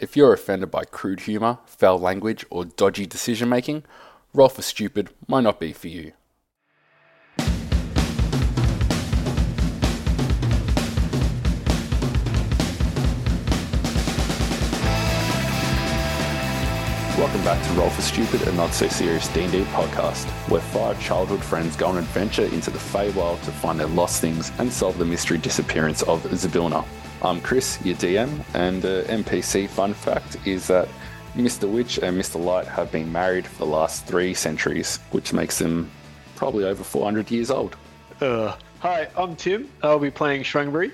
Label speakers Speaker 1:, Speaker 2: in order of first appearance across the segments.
Speaker 1: If you're offended by crude humour, foul language, or dodgy decision making, Rolf is Stupid might not be for you. Welcome back to Roll for Stupid and Not So Serious D&D podcast, where five childhood friends go on an adventure into the Feywild to find their lost things and solve the mystery disappearance of Zabilna. I'm Chris, your DM, and uh, NPC fun fact is that Mr. Witch and Mr. Light have been married for the last three centuries, which makes them probably over 400 years old.
Speaker 2: Uh, hi, I'm Tim. I'll be playing Shrungbury.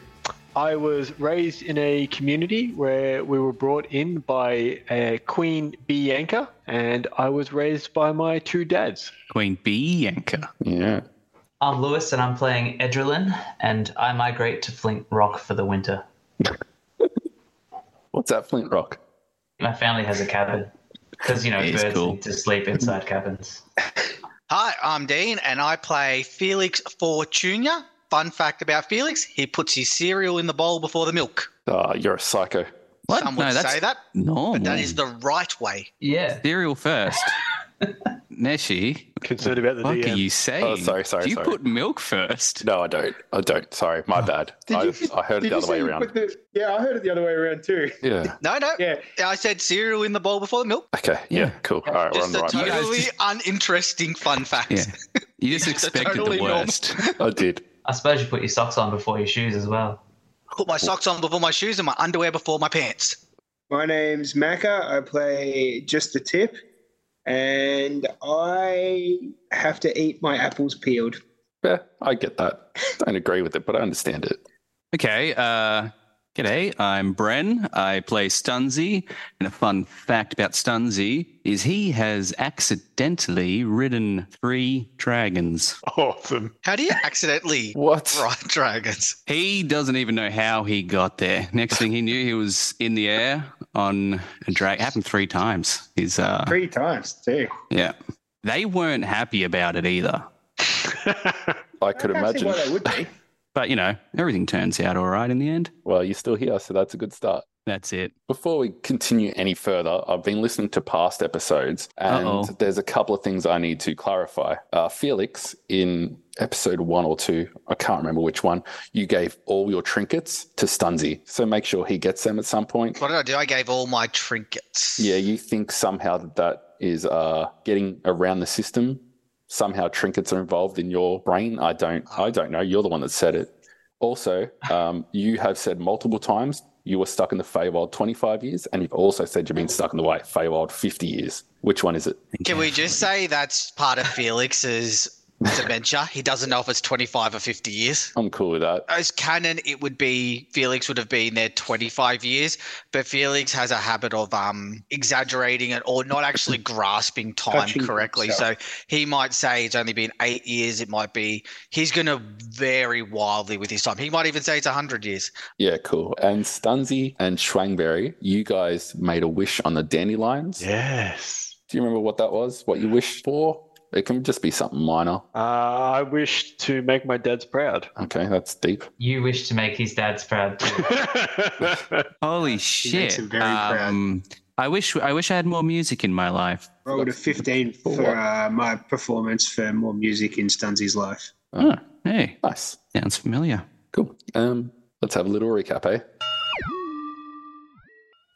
Speaker 2: I was raised in a community where we were brought in by uh, Queen Bianca, and I was raised by my two dads.
Speaker 3: Queen Bianca.
Speaker 1: Yeah.
Speaker 4: I'm Lewis, and I'm playing Edrelin, and I migrate to Flint Rock for the winter.
Speaker 1: What's that Flint Rock?
Speaker 4: My family has a cabin because you know
Speaker 3: It's
Speaker 4: birds
Speaker 3: cool.
Speaker 4: need to sleep inside cabins.
Speaker 5: Hi, I'm Dean, and I play Felix Fortuna. Fun fact about Felix: he puts his cereal in the bowl before the milk.
Speaker 1: Ah, you're a psycho.
Speaker 3: What?
Speaker 5: Some would
Speaker 3: no, that's oh.
Speaker 5: say that,
Speaker 3: normal.
Speaker 5: but that is the right way.
Speaker 4: Yeah,
Speaker 3: cereal first. Neshi,
Speaker 2: Concerned about the um,
Speaker 3: what are
Speaker 2: DM.
Speaker 3: you saying?
Speaker 1: Oh, sorry, sorry,
Speaker 3: Do you
Speaker 1: sorry.
Speaker 3: put milk first?
Speaker 1: No, I don't. I don't. Sorry, my bad. I, I heard it
Speaker 6: Did
Speaker 1: the
Speaker 6: you
Speaker 1: other
Speaker 6: say
Speaker 1: way
Speaker 6: you
Speaker 1: around.
Speaker 6: put the- yeah, I heard it the other way around too.
Speaker 1: Yeah.
Speaker 5: No, no,
Speaker 6: Yeah,
Speaker 5: I said cereal in the bowl before the milk.
Speaker 1: Okay. Yeah. Cool. All right. We're on
Speaker 5: Just
Speaker 1: the
Speaker 5: a
Speaker 1: right.
Speaker 3: You guys
Speaker 5: totally
Speaker 3: just-
Speaker 5: uninteresting fun fact.
Speaker 3: Yeah. You just
Speaker 5: It's a
Speaker 3: expected
Speaker 5: totally
Speaker 3: the
Speaker 5: normal-
Speaker 3: worst.
Speaker 1: I did.
Speaker 4: I suppose you put your socks on before your shoes as well.
Speaker 5: Put my socks on before my shoes and my underwear before my pants.
Speaker 6: my name's Maka. I play just a tip, and I have to eat my apples peeled.
Speaker 1: Yeah, I get that. Don't agree with it, but I understand it.
Speaker 3: Okay. Uh, g'day. I'm Bren. I play Stunzy. And a fun fact about Stunzy is he has accidentally ridden three dragons.
Speaker 2: Awesome.
Speaker 5: How do you accidentally
Speaker 1: What?
Speaker 5: ride dragons?
Speaker 3: He doesn't even know how he got there. Next thing he knew, he was in the air on a drag. Happened three times. His uh,
Speaker 6: Three times too.
Speaker 3: yeah. They weren't happy about it either.
Speaker 1: I
Speaker 6: can't
Speaker 1: could
Speaker 6: see
Speaker 1: imagine.
Speaker 6: why they would be.
Speaker 3: But you know, everything turns out all right in the end.
Speaker 1: Well, you're still here, so that's a good start.
Speaker 3: That's it.
Speaker 1: Before we continue any further, I've been listening to past episodes and
Speaker 3: Uh-oh.
Speaker 1: there's a couple of things I need to clarify. Uh, Felix, in episode one or two, I can't remember which one, you gave all your trinkets to Stunzy. So make sure he gets them at some point.
Speaker 5: What did I do? I gave all my trinkets.
Speaker 1: Yeah, you think somehow that that is uh, getting around the system. Somehow trinkets are involved in your brain. I don't. I don't know. You're the one that said it. Also, um, you have said multiple times you were stuck in the Feywild 25 years, and you've also said you've been stuck in the White Feywild 50 years. Which one is it?
Speaker 5: Can we just say that's part of Felix's dementia? He doesn't know if it's 25 or 50 years.
Speaker 1: I'm cool with that.
Speaker 5: as canon, it would be Felix would have been there 25 years, but Felix has a habit of um, exaggerating it or not actually grasping time
Speaker 6: Touching
Speaker 5: correctly.
Speaker 6: himself.
Speaker 5: So he might say it's only been eight years. It might be he's going to vary wildly with his time. He might even say it's 100 years.
Speaker 1: Yeah, cool. And Stunzy and Schwangberry, you guys made a wish on the dandelions.
Speaker 2: yes.
Speaker 1: Do you remember what that was? What you wished for? It can just be something minor.
Speaker 2: Uh, I wish to make my dads proud.
Speaker 1: Okay, that's deep.
Speaker 4: You wish to make his dad's proud. too.
Speaker 3: Holy
Speaker 6: He
Speaker 3: shit! Um,
Speaker 6: makes him very proud.
Speaker 3: I wish I wish I had more music in my life.
Speaker 6: Rolled a fifteen for uh, my performance for more music in Stunsy's life.
Speaker 3: Oh, hey,
Speaker 1: Nice.
Speaker 3: sounds familiar.
Speaker 1: Cool. Um, let's have a little recap, eh?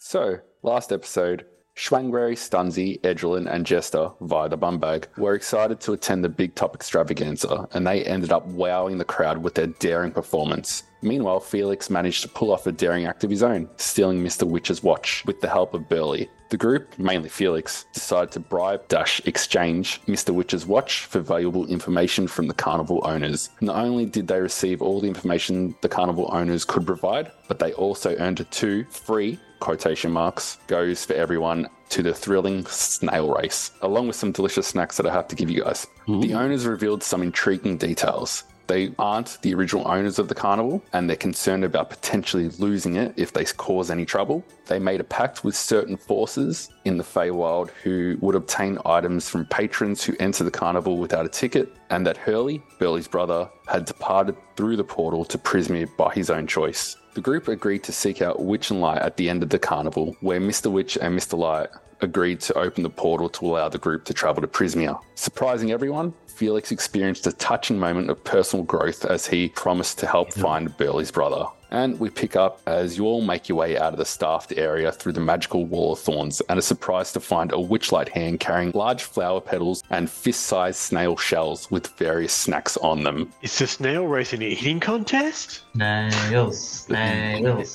Speaker 1: So, last episode, Schwangberry, Stunzy, Edgelin, and Jester via the Bumbag were excited to attend the Big Top Extravaganza, and they ended up wowing the crowd with their daring performance. Meanwhile, Felix managed to pull off a daring act of his own, stealing Mr. Witch's watch with the help of Burley. The group, mainly Felix, decided to bribe dash exchange Mr. Witch's watch for valuable information from the carnival owners. Not only did they receive all the information the carnival owners could provide, but they also earned two free quotation marks goes for everyone to the thrilling snail race, along with some delicious snacks that I have to give you guys. The owners revealed some intriguing details. They aren't the original owners of the carnival, and they're concerned about potentially losing it if they cause any trouble. They made a pact with certain forces in the Feywild who would obtain items from patrons who enter the carnival without a ticket, and that Hurley, Burley's brother, had departed through the portal to Prismir by his own choice. The group agreed to seek out Witch and Light at the end of the carnival, where Mr. Witch and Mr. Light agreed to open the portal to allow the group to travel to Prismia. Surprising everyone, Felix experienced a touching moment of personal growth as he promised to help find Burley's brother. And we pick up as you all make your way out of the staffed area through the magical wall of thorns and are surprised to find a witchlight hand carrying large flower petals and fist sized snail shells with various snacks on them.
Speaker 2: Is the snail race an eating contest?
Speaker 4: Snails, snails.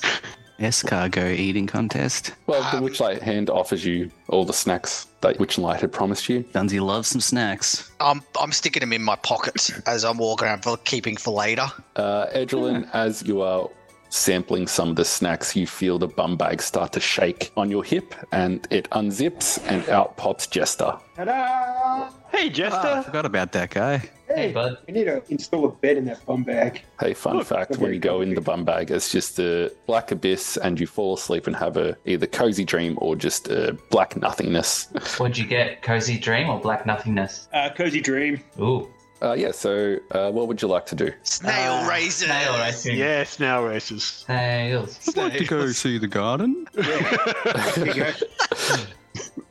Speaker 3: Escargot eating contest.
Speaker 1: Well, the witchlight hand offers you all the snacks that Witchlight had promised you.
Speaker 3: Dunsey loves some snacks.
Speaker 5: I'm I'm sticking them in my pockets as I'm walking around, for keeping for later.
Speaker 1: Uh, Edrelin, as you are sampling some of the snacks, you feel the bum bag start to shake on your hip and it unzips and out pops Jester.
Speaker 6: Ta-da!
Speaker 2: Hey,
Speaker 3: Oh, I
Speaker 2: Jester.
Speaker 3: forgot about that guy.
Speaker 4: Hey, bud.
Speaker 6: we need to install a bed in that bum bag.
Speaker 1: Hey, fun fact when you go in the bum bag, it's just a black abyss and you fall asleep and have a either cozy dream or just a black nothingness.
Speaker 4: What'd you get? Cozy Dream or Black Nothingness?
Speaker 6: Uh, cozy dream.
Speaker 4: Ooh.
Speaker 1: Uh, yeah, so uh, what would you like to do?
Speaker 5: Snail
Speaker 4: Ah,
Speaker 5: races.
Speaker 4: Snail racing.
Speaker 2: Yeah, snail races.
Speaker 4: Snails.
Speaker 3: I'd like to go see the garden.
Speaker 6: There you go.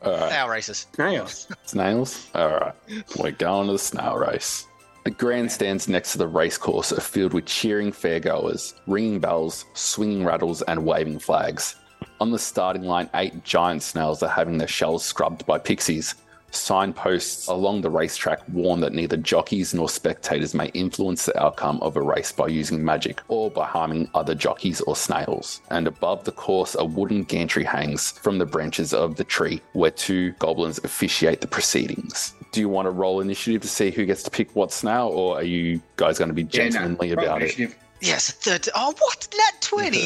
Speaker 1: All right.
Speaker 5: Snail races.
Speaker 6: Snails.
Speaker 1: Snails? All right. We're going to the snail race. The grandstands next to the racecourse are filled with cheering fairgoers, ringing bells, swinging rattles, and waving flags. On the starting line, eight giant snails are having their shells scrubbed by pixies. Signposts along the racetrack warn that neither jockeys nor spectators may influence the outcome of a race by using magic or by harming other jockeys or snails. And above the course, a wooden gantry hangs from the branches of the tree where two goblins officiate the proceedings. Do you want to roll initiative to see who gets to pick what snail, or are you guys going to be
Speaker 6: Yeah, nah,
Speaker 1: gentlemanly
Speaker 6: roll
Speaker 1: about it?
Speaker 6: initiative.
Speaker 5: Yes, thirteen. Oh, what? Nat twenty.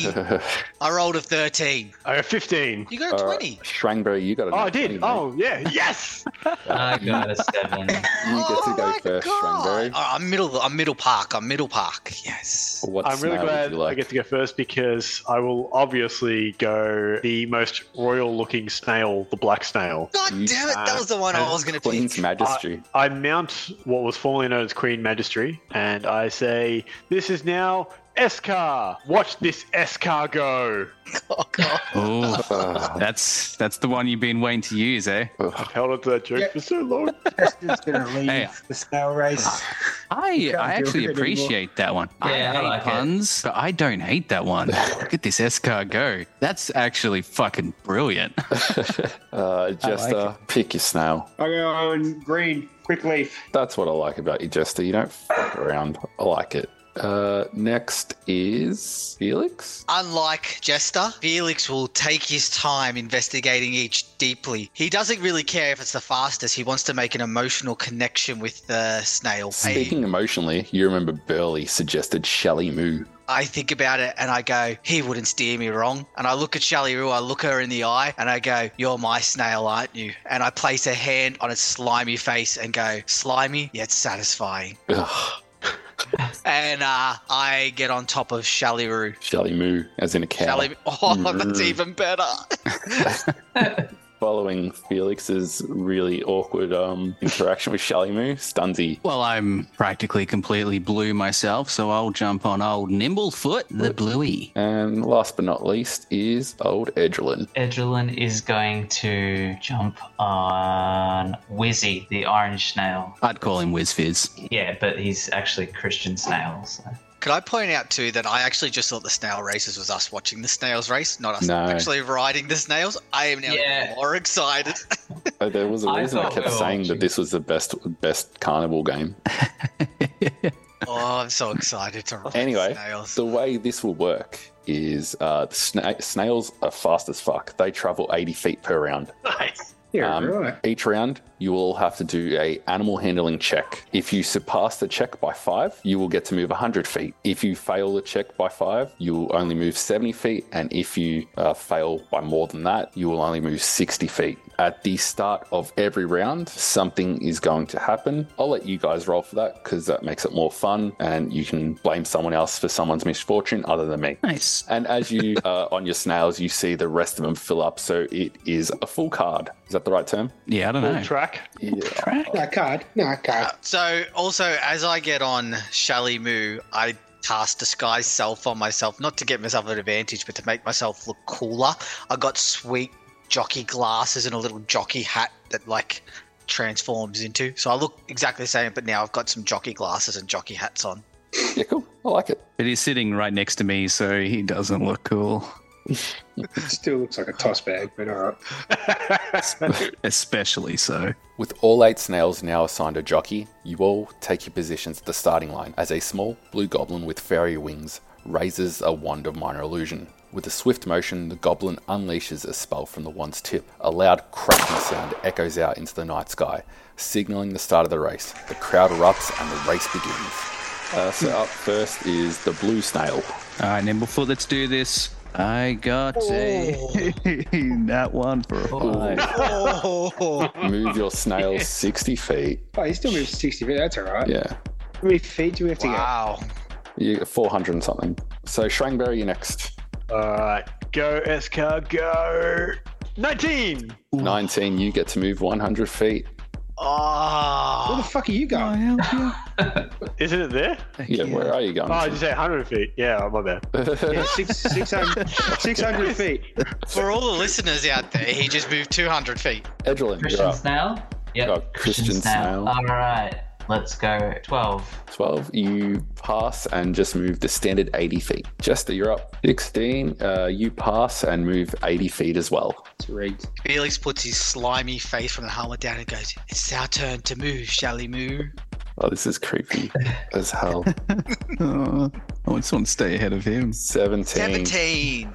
Speaker 5: I rolled a thirteen.
Speaker 2: I have 15.
Speaker 5: You got a
Speaker 1: All right,
Speaker 5: twenty.
Speaker 1: Shrangberry, you got a
Speaker 2: Oh, I
Speaker 1: nat 20,
Speaker 2: did.
Speaker 1: mate.
Speaker 2: Oh, yeah. Yes.
Speaker 4: I got a seven.
Speaker 1: You get to
Speaker 5: Oh
Speaker 1: go
Speaker 5: my
Speaker 1: first,
Speaker 5: God.
Speaker 1: Shrangberry.
Speaker 5: All right, I'm middle. I'm middle park. I'm middle park. Yes.
Speaker 1: What
Speaker 2: I'm really
Speaker 1: snail would
Speaker 2: glad
Speaker 1: you like?
Speaker 2: I get to go first because I will obviously go the most royal looking snail, the black snail.
Speaker 5: God
Speaker 1: You-
Speaker 5: damn it!
Speaker 2: uh,
Speaker 5: That was the one I was going to pick.
Speaker 1: Queen's Majesty.
Speaker 2: I mount what was formerly known as Queen Magistry, and I say, "This is now Escar. Watch this Escar go."
Speaker 5: Oh, God.
Speaker 3: Oh,
Speaker 1: Ah.
Speaker 3: that's that's the one you've been waiting to use, eh?
Speaker 2: I've held onto that joke
Speaker 6: Yeah.
Speaker 2: for so long.
Speaker 6: Chester's gonna leave
Speaker 3: Hey.
Speaker 6: the snail race.
Speaker 1: Ah.
Speaker 3: I
Speaker 6: can't
Speaker 3: I
Speaker 6: do
Speaker 3: actually
Speaker 6: it anymore.
Speaker 3: appreciate that one.
Speaker 4: Yeah, I
Speaker 3: I hate
Speaker 4: like it.
Speaker 3: puns, but I don't hate that one. Look at this escargot. That's actually fucking brilliant.
Speaker 1: Uh, Jester, pick your snail.
Speaker 6: I go on green, quick leaf.
Speaker 1: That's what I like about you, Jester. You don't fuck around. I like it. Uh, next is Felix.
Speaker 5: Unlike Jester, Felix will take his time investigating each deeply. He doesn't really care if it's the fastest. He wants to make an emotional connection with the snail. I,
Speaker 1: Speaking emotionally, you remember Burley suggested Shelly Moo.
Speaker 5: I think about it and I go, he wouldn't steer me wrong. And I look at Shaliru, I look her in the eye, and I go, you're my snail, aren't you? And I place a hand on its slimy face and go, slimy yet satisfying.
Speaker 1: Ugh,
Speaker 5: And uh, I get on top of Shaliru.
Speaker 1: Shelly Moo, as in a cow.
Speaker 5: Shaliru, oh,
Speaker 1: Mm-hmm.
Speaker 5: that's even better.
Speaker 1: Following Felix's really awkward um, interaction with Shelly Moo, Stunzy.
Speaker 3: Well, I'm practically completely blue myself, so I'll jump on old Nimblefoot, the bluey.
Speaker 1: And last but not least is old Edrelin.
Speaker 4: Edrelin is going to jump on Wizzy, the orange snail.
Speaker 3: I'd call him Whiz Fizz.
Speaker 4: Yeah, but he's actually Christian snail. So.
Speaker 5: Could I point out too that I actually just thought the snail races was us watching the snails race, not us
Speaker 1: No.
Speaker 5: actually riding the snails. I am now
Speaker 4: Yeah.
Speaker 5: more excited.
Speaker 1: Uh, There was a
Speaker 4: I
Speaker 1: reason I,
Speaker 4: thought
Speaker 1: kept
Speaker 4: we were
Speaker 1: saying that
Speaker 4: watching.
Speaker 1: this was the best best carnival game.
Speaker 5: oh, I'm so excited to ride
Speaker 1: Anyway,
Speaker 5: snails.
Speaker 1: The way this will work is uh, the sna- snails are fast as fuck. They travel 80 feet per round.
Speaker 2: Nice.
Speaker 6: Yeah,
Speaker 1: Um,
Speaker 6: right.
Speaker 1: Each round, you will all have to do a animal handling check. If you surpass the check by five, you will get to move 100 feet. If you fail the check by five, you will only move 70 feet, and if you uh, fail by more than that, you will only move 60 feet. At the start of every round, something is going to happen. I'll let you guys roll for that because that makes it more fun, and you can blame someone else for someone's misfortune other than me.
Speaker 3: Nice.
Speaker 1: And as you uh, on your snails, you see the rest of them fill up, so it is a full card. Is that the right term?
Speaker 3: Yeah, I don't
Speaker 2: Full
Speaker 3: know.
Speaker 2: track.
Speaker 1: Yeah.
Speaker 5: Uh,
Speaker 6: No card. No card.
Speaker 5: So also, as I get on Shalimu, I cast disguise self on myself, not to get myself an advantage, but to make myself look cooler. I got sweet jockey glasses and a little jockey hat that like transforms into. So I look exactly the same, but now I've got some jockey glasses and jockey hats on.
Speaker 1: Yeah, cool. I like it.
Speaker 3: But he's sitting right next to me, so he doesn't look cool.
Speaker 6: Still looks like a toss bag, but all right.
Speaker 3: Especially so.
Speaker 1: With all eight snails now assigned a jockey, you all take your positions at the starting line as a small blue goblin with fairy wings raises a wand of minor illusion. With a swift motion, the goblin unleashes a spell from the wand's tip. A loud cracking sound echoes out into the night sky, signaling the start of the race. The crowd erupts and the race begins. Uh, so up first is the blue snail.
Speaker 3: All right, Nimblefoot, let's do this. I got a that one for a five.
Speaker 5: Oh,
Speaker 1: Move your snail 60 feet.
Speaker 6: Oh, he still moves 60 feet. That's all right.
Speaker 1: Yeah,
Speaker 6: How many feet do we have to
Speaker 5: wow.
Speaker 1: you 400 and something. So Shrangberry, you're next.
Speaker 2: All right, go Eskar, go. Nineteen.
Speaker 1: 19, you get to move 100 feet.
Speaker 6: go? Where the
Speaker 5: Oh,
Speaker 6: fuck are you going?
Speaker 2: Isn't it there?
Speaker 1: Yeah, where are you going?
Speaker 2: Oh, I just say hundred feet. Yeah, my bad.
Speaker 6: Yeah, six, 600, 600 feet.
Speaker 5: for all the listeners out there, he just moved 200 feet.
Speaker 1: Edgelin, you're
Speaker 4: Christian
Speaker 1: up.
Speaker 4: Snail? Yep.
Speaker 1: Oh, Christian Snail.
Speaker 4: All right. Let's go. 12.
Speaker 1: 12, you pass and just move the standard 80 feet. Jester, you're up. 16, uh, you pass and move 80 feet as well.
Speaker 6: It's rigged.
Speaker 5: Felix puts his slimy face from the helmet down and goes, It's our turn to move, shall we move?
Speaker 1: Oh, this is creepy as hell.
Speaker 3: Oh, I just want to stay ahead of him.
Speaker 1: 17,
Speaker 5: 17.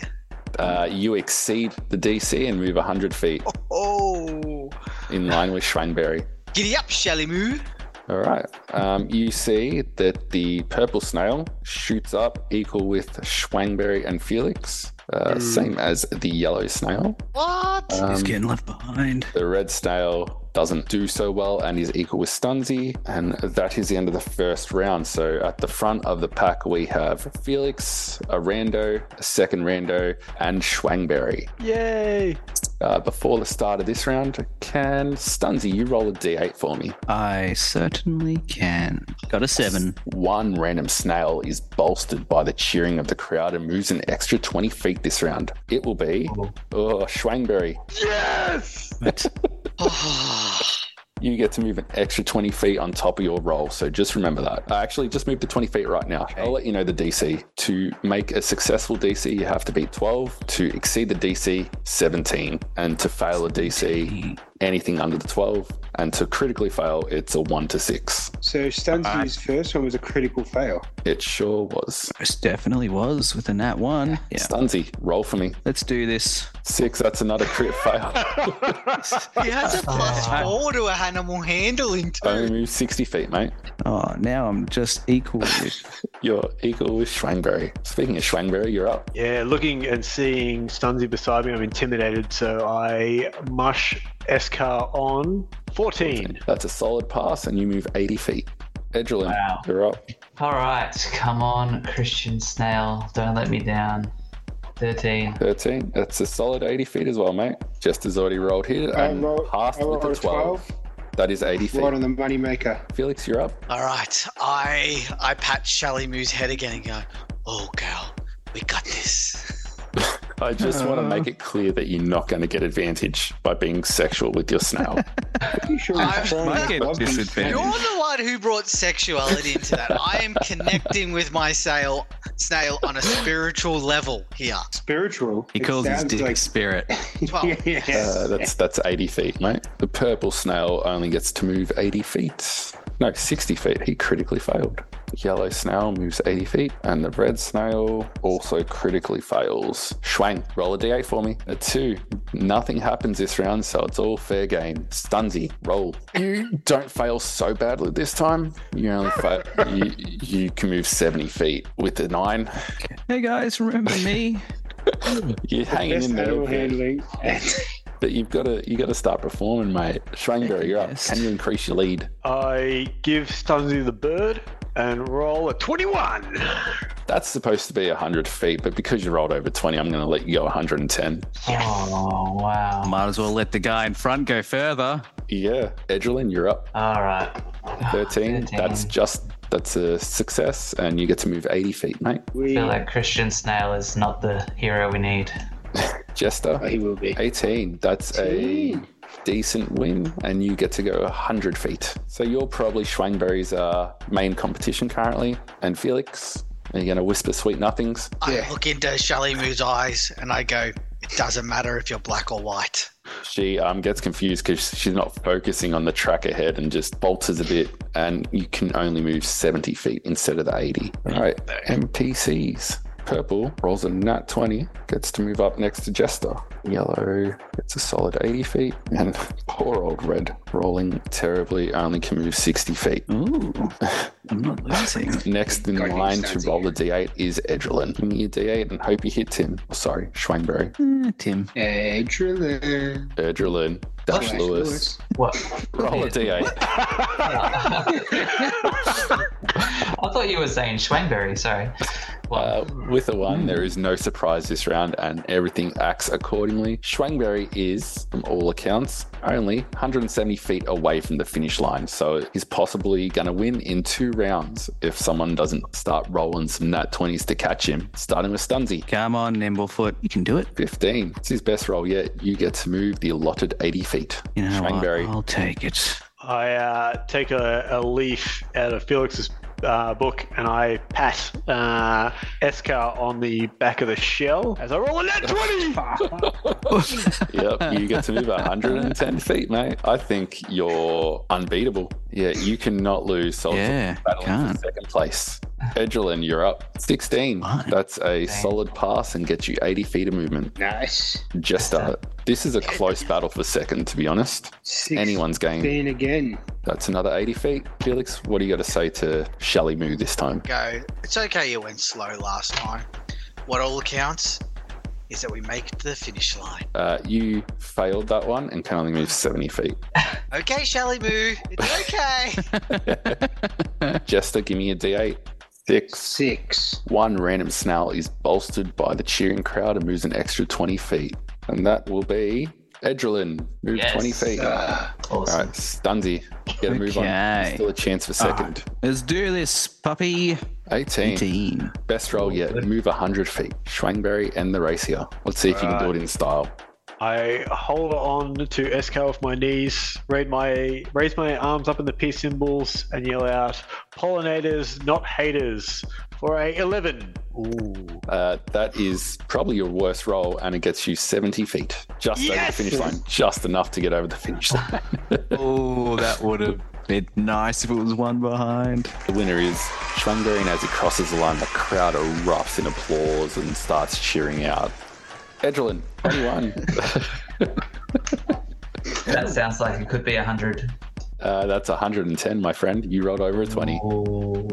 Speaker 1: Uh, you exceed the DC and move 100 feet
Speaker 5: Oh.
Speaker 1: in line with Schwanberry.
Speaker 5: Giddy up, shall we move?
Speaker 1: All right. Um, you see that the purple snail shoots up equal with Schwangberry and Felix, uh,
Speaker 3: Hmm.
Speaker 1: same as the yellow snail.
Speaker 5: What?
Speaker 1: Um,
Speaker 3: He's getting left behind.
Speaker 1: the red snail doesn't do so well and is equal with Stunzi. And that is the end of the first round. So at the front of the pack, we have Felix, a rando, a second rando, and Schwangberry.
Speaker 2: Yay!
Speaker 1: Uh, before the start of this round, can Stunzi, you roll a d8 for me?
Speaker 3: I certainly can. Got a seven.
Speaker 1: One random snail is bolstered by the cheering of the crowd and moves an extra 20 feet this round. It will be, oh, Schwangberry.
Speaker 2: Yes.
Speaker 1: You get to move an extra 20 feet on top of your roll. So just remember that. Uh, Actually, just move to 20 feet right now. I'll let you know the DC. To make a successful DC, you have to beat 12. To exceed the DC, 17. And to fail a DC, anything under the 12. And to critically fail, it's a 1 to 6.
Speaker 6: So Stunsy's first one was a critical fail.
Speaker 1: It sure was.
Speaker 3: Most definitely was with a nat one. Yeah.
Speaker 1: Stunzy, roll for me.
Speaker 3: Let's do this.
Speaker 1: Six, that's another crit fail.
Speaker 5: He has a plus four to a animal handling too.
Speaker 1: Only move 60 feet, mate.
Speaker 3: Oh, now I'm just equal with.
Speaker 1: You're equal with Schwangberry. Speaking of Schwangberry, you're up.
Speaker 2: Yeah, looking and seeing Stunzy beside me, I'm intimidated, so I mush Eskar on. 14.
Speaker 1: That's a solid pass, and you move 80 feet. Edgelin,
Speaker 4: Wow.
Speaker 1: you're up.
Speaker 4: All right. Come on, Christian Snail. Don't let me down. 13.
Speaker 1: 13. That's a solid 80 feet as well, mate. Just as already rolled here
Speaker 6: I
Speaker 1: and
Speaker 6: roll-
Speaker 1: passed
Speaker 6: I
Speaker 1: Um, with
Speaker 6: roll a
Speaker 1: a 12.
Speaker 6: 12.
Speaker 1: That is 80 feet.
Speaker 6: Right on the moneymaker.
Speaker 1: Felix, you're up.
Speaker 5: All right. I I pat Shelly Moo's head again and go, Oh, girl, we got this.
Speaker 1: I just want to make it clear that you're not going to get advantage by being sexual with your snail.
Speaker 6: Are you sure
Speaker 5: I'm-
Speaker 6: it's throwing
Speaker 3: I
Speaker 6: that
Speaker 3: get
Speaker 6: club these
Speaker 3: disadvantage.
Speaker 5: You're
Speaker 6: snails?
Speaker 5: the one who brought sexuality into that. I am connecting with my sail, snail on a spiritual level here.
Speaker 6: Spiritual.
Speaker 3: He
Speaker 6: It
Speaker 3: calls his
Speaker 6: sounds
Speaker 3: dick
Speaker 6: like-
Speaker 3: spirit.
Speaker 5: Well,
Speaker 1: Uh,
Speaker 6: yeah.
Speaker 1: that's that's 80 feet, mate. The purple snail only gets to move 80 feet. No, 60 feet. He critically failed. Yellow snail moves 80 feet, and the red snail also critically fails. Schwang, roll a d8 for me. A two. Nothing happens this round, so it's all fair game. Stunzy, roll. You don't fail so badly this time. You only fail. You, you can move 70 feet with a nine.
Speaker 3: Hey guys, remember me?
Speaker 1: You're hanging
Speaker 6: Best
Speaker 1: in there.
Speaker 6: animal handling.
Speaker 1: But you've got to you got to start performing, mate. Schwanger, you're up.
Speaker 3: Yes.
Speaker 1: Can you increase your lead?
Speaker 2: I give Stunzy the bird and roll a 21.
Speaker 1: That's supposed to be 100 feet, but because you rolled over 20, I'm going to let you go 110.
Speaker 4: Oh, wow.
Speaker 3: Might as well let the guy in front go further.
Speaker 1: Yeah, Edgelin, you're up.
Speaker 4: All right.
Speaker 1: 13. That's just That's a success, and you get to move 80 feet, mate.
Speaker 6: We,
Speaker 4: feel like Christian Snail is not the hero we need.
Speaker 1: Jester,
Speaker 7: He will be.
Speaker 1: 18. That's a decent win, and you get to go 100 feet. So you're probably Schwangberry's uh, main competition currently, and Felix. Are you going to whisper sweet nothings?
Speaker 6: Yeah.
Speaker 5: I look into Shalimu's eyes and I go, it doesn't matter if you're black or white.
Speaker 1: She um, gets confused because she's not focusing on the track ahead and just bolters a bit, and you can only move 70 feet instead of the 80. All right, NPCs. Purple rolls a nat 20, gets to move up next to Jester. Yellow gets a solid 80 feet, and poor old red rolling terribly only can move 60 feet.
Speaker 3: Ooh, I'm not losing.
Speaker 1: Next in
Speaker 7: God, he
Speaker 1: line to
Speaker 7: sounds
Speaker 1: roll a d8 is Edrelin. Give me your d8 and hope you hit Tim. Oh, sorry, Schwangberry.
Speaker 3: Eh, Tim.
Speaker 7: Adrenaline.
Speaker 1: Edrelin, Dash
Speaker 7: Flash
Speaker 1: Lewis.
Speaker 4: What?
Speaker 1: Roll a d8.
Speaker 4: I thought you were saying Schwangberry, sorry. Well,
Speaker 1: Uh, with a one, there is no surprise this round and everything acts accordingly. Schwangberry is, from all accounts, only 170 feet away from the finish line. So he's possibly going to win in two rounds if someone doesn't start rolling some nat 20s to catch him, starting with Stunzy.
Speaker 3: Come on, Nimblefoot. You can do it.
Speaker 1: 15. It's his best roll yet. You get to move the allotted 80 feet.
Speaker 3: You know what?
Speaker 1: Schwangberry.
Speaker 3: I'll take it.
Speaker 2: I uh, take a, a leaf out of Felix's uh, book and I pat uh, Eskar on the back of the shell as I roll a nat 20!
Speaker 1: yep, you get to move 110 feet, mate. I think you're unbeatable. Yeah, you cannot lose. Soldier
Speaker 3: Yeah,
Speaker 1: battling
Speaker 3: can't.
Speaker 1: for second place. Edrelin, you're up. 16.
Speaker 3: Fine.
Speaker 1: That's a
Speaker 4: Dang.
Speaker 1: solid pass and gets you 80 feet of movement.
Speaker 7: Nice.
Speaker 1: Jester, this is a close battle for second, to be honest.
Speaker 7: Six
Speaker 1: Anyone's game.
Speaker 7: Being again.
Speaker 1: That's another 80 feet. Felix, what do you got to say to Shelly Moo this time?
Speaker 5: Go, it's okay you went slow last time. What all counts is that we make it to the finish line.
Speaker 1: Uh, you failed that one and can only move 70 feet.
Speaker 5: Okay, Shalimu, it's okay.
Speaker 1: Jester, give me a D8. Six.
Speaker 7: Six.
Speaker 1: One random snail is bolstered by the cheering crowd and moves an extra 20 feet. And that will be Edrelin. Move
Speaker 4: Yes.
Speaker 1: 20 feet. All
Speaker 7: Uh,
Speaker 4: awesome.
Speaker 1: right, Stunzy. Get a move on.
Speaker 3: Okay.
Speaker 1: Still a chance for second.
Speaker 3: Let's do this, puppy.
Speaker 1: 18.
Speaker 3: 18.
Speaker 1: Best roll yet. Move 100 feet. Schwangberry and the race here. Let's see if you can do it in style.
Speaker 2: I hold on to Eskar with my knees, raise my, raise my arms up in the peace symbols and yell out, pollinators, not haters, for a 11. Ooh.
Speaker 1: Uh, that is probably your worst roll, and it gets you 70 feet. Just
Speaker 2: Yes!
Speaker 1: over the finish line. Just enough to get over the finish line.
Speaker 3: Oh, that would have been nice if it was one behind.
Speaker 1: The winner is Schwangberry, and as it crosses the line, the crowd erupts in applause and starts cheering out. Edrelin, 21.
Speaker 4: That sounds like it could be 100.
Speaker 1: uh, that's 110, my friend. You rolled over a 20.
Speaker 4: Ooh.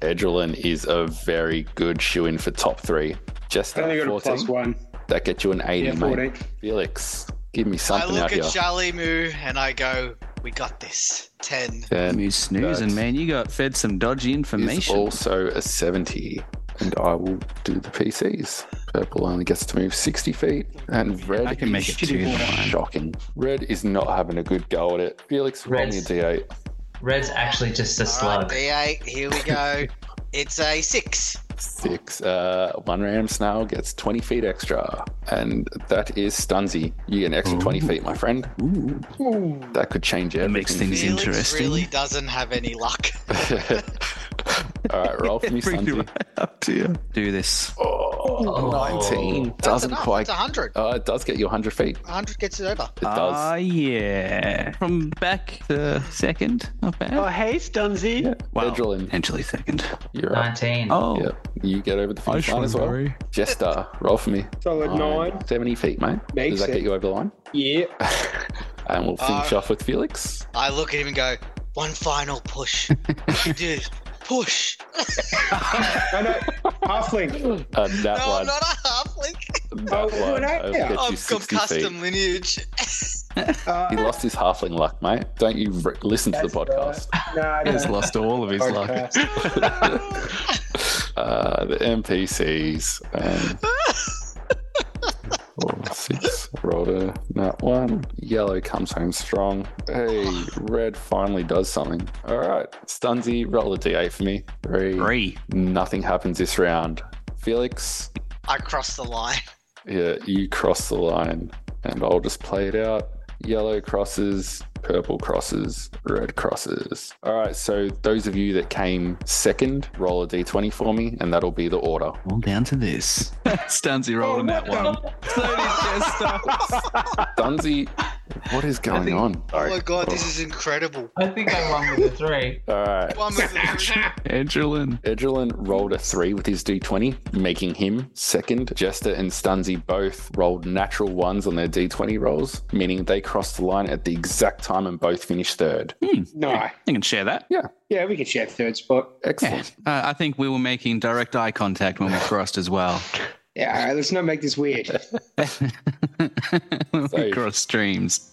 Speaker 1: Edrelin is a very good shoe in for top three. Just
Speaker 6: I only
Speaker 1: that
Speaker 6: got a
Speaker 1: 14.
Speaker 6: plus one.
Speaker 1: That gets you an 80,
Speaker 6: Yeah,
Speaker 1: mate.
Speaker 6: 14.
Speaker 1: Felix, give me
Speaker 5: I
Speaker 1: something out
Speaker 5: look at
Speaker 1: here.
Speaker 5: Shalimu and I go, we got this. 10.
Speaker 1: 10
Speaker 3: You snoozing,
Speaker 1: That's-
Speaker 3: man. You got fed some dodgy
Speaker 1: is
Speaker 3: information.
Speaker 1: also a 70. And I will do the PCs. Purple only gets to move 60 feet. And red
Speaker 3: I can make
Speaker 1: is
Speaker 3: it two to one.
Speaker 1: Shocking. Red is not having a good go at it. Felix, roll me a
Speaker 4: Red's-
Speaker 1: d8.
Speaker 4: Red's actually just a
Speaker 5: All
Speaker 4: slug.
Speaker 5: right, D8, here we go. it's a 6.
Speaker 1: Six. Uh, one ram snail gets 20 feet extra. And that is Stunzy. You get an extra 20 feet, my friend.
Speaker 3: Ooh,
Speaker 1: That could change everything.
Speaker 3: makes things
Speaker 5: Felix
Speaker 3: interesting.
Speaker 5: really doesn't have any luck.
Speaker 1: All right, roll for me,
Speaker 3: Bring it
Speaker 1: Stunzy.
Speaker 3: right up to you. Do this.
Speaker 1: Oh, 19.
Speaker 5: That's
Speaker 1: Doesn't
Speaker 5: enough.
Speaker 1: quite.
Speaker 5: It's 100.
Speaker 1: Uh, it does get you 100 feet.
Speaker 5: 100 gets it over.
Speaker 1: It does.
Speaker 3: Ah, yeah. From back to second. Not bad.
Speaker 2: Oh, hey, Stunzy.
Speaker 3: Well,
Speaker 1: Edrelin.
Speaker 3: potentially second.
Speaker 1: You're up.
Speaker 4: 19.
Speaker 3: Oh,
Speaker 1: Yeah, you get over the finish line as well. Jester, roll for me.
Speaker 6: Solid nine.
Speaker 1: 70 feet, mate.
Speaker 6: Makes
Speaker 1: Does that get
Speaker 6: sense.
Speaker 1: you over the line?
Speaker 6: Yeah.
Speaker 1: And we'll finish
Speaker 5: Uh,
Speaker 1: off with Felix.
Speaker 5: I look at him and go, one final push. Dude, push.
Speaker 6: I know. Halfling.
Speaker 1: And Uh, that
Speaker 5: no,
Speaker 1: one,
Speaker 5: I'm not a halfling.
Speaker 1: that
Speaker 6: Oh,
Speaker 1: one
Speaker 6: what I-
Speaker 1: uh, gets you
Speaker 5: I've got
Speaker 1: 60
Speaker 5: custom
Speaker 1: feet.
Speaker 5: lineage.
Speaker 1: He
Speaker 6: Uh,
Speaker 1: lost his halfling luck, mate. Don't you re- listen to the
Speaker 6: That's right. no,
Speaker 1: podcast.
Speaker 6: no.
Speaker 3: He's lost all of his luck.
Speaker 6: Podcast.
Speaker 1: Uh, the NPCs. Um, four, six, roll Shoulder, that one. Yellow comes home strong. Hey, red finally does something. All right, Stunzy, roll a d8 for me. Three.
Speaker 3: Three.
Speaker 1: Nothing happens this round. Felix,
Speaker 5: I crossed the line.
Speaker 1: yeah, you cross the line, and I'll just play it out. Yellow crosses, purple crosses, red crosses. All right, so those of you that came second, roll a d20 for me, and that'll be the order.
Speaker 3: All down to this. Stunzy rolling that
Speaker 4: Oh,
Speaker 3: one. So did Jester.
Speaker 1: Dunzi, what is going
Speaker 5: think-
Speaker 1: on?
Speaker 5: Oh my god, this is incredible.
Speaker 4: I think I won with a three.
Speaker 1: All right.
Speaker 5: One with the
Speaker 3: Edgelin.
Speaker 1: Edgelin rolled a three with his d20, making him second. Jester and Stunzy both rolled natural ones on their d20 rolls, meaning they crossed the line at the exact time and both finished third.
Speaker 6: No.
Speaker 3: I can share that.
Speaker 6: Yeah, we could share third spot.
Speaker 3: Yeah.
Speaker 1: Excellent.
Speaker 3: Uh, I think we were making direct eye contact when we crossed as well.
Speaker 6: Yeah, all right, let's not make this weird.
Speaker 3: we
Speaker 1: Safe.
Speaker 3: crossed streams.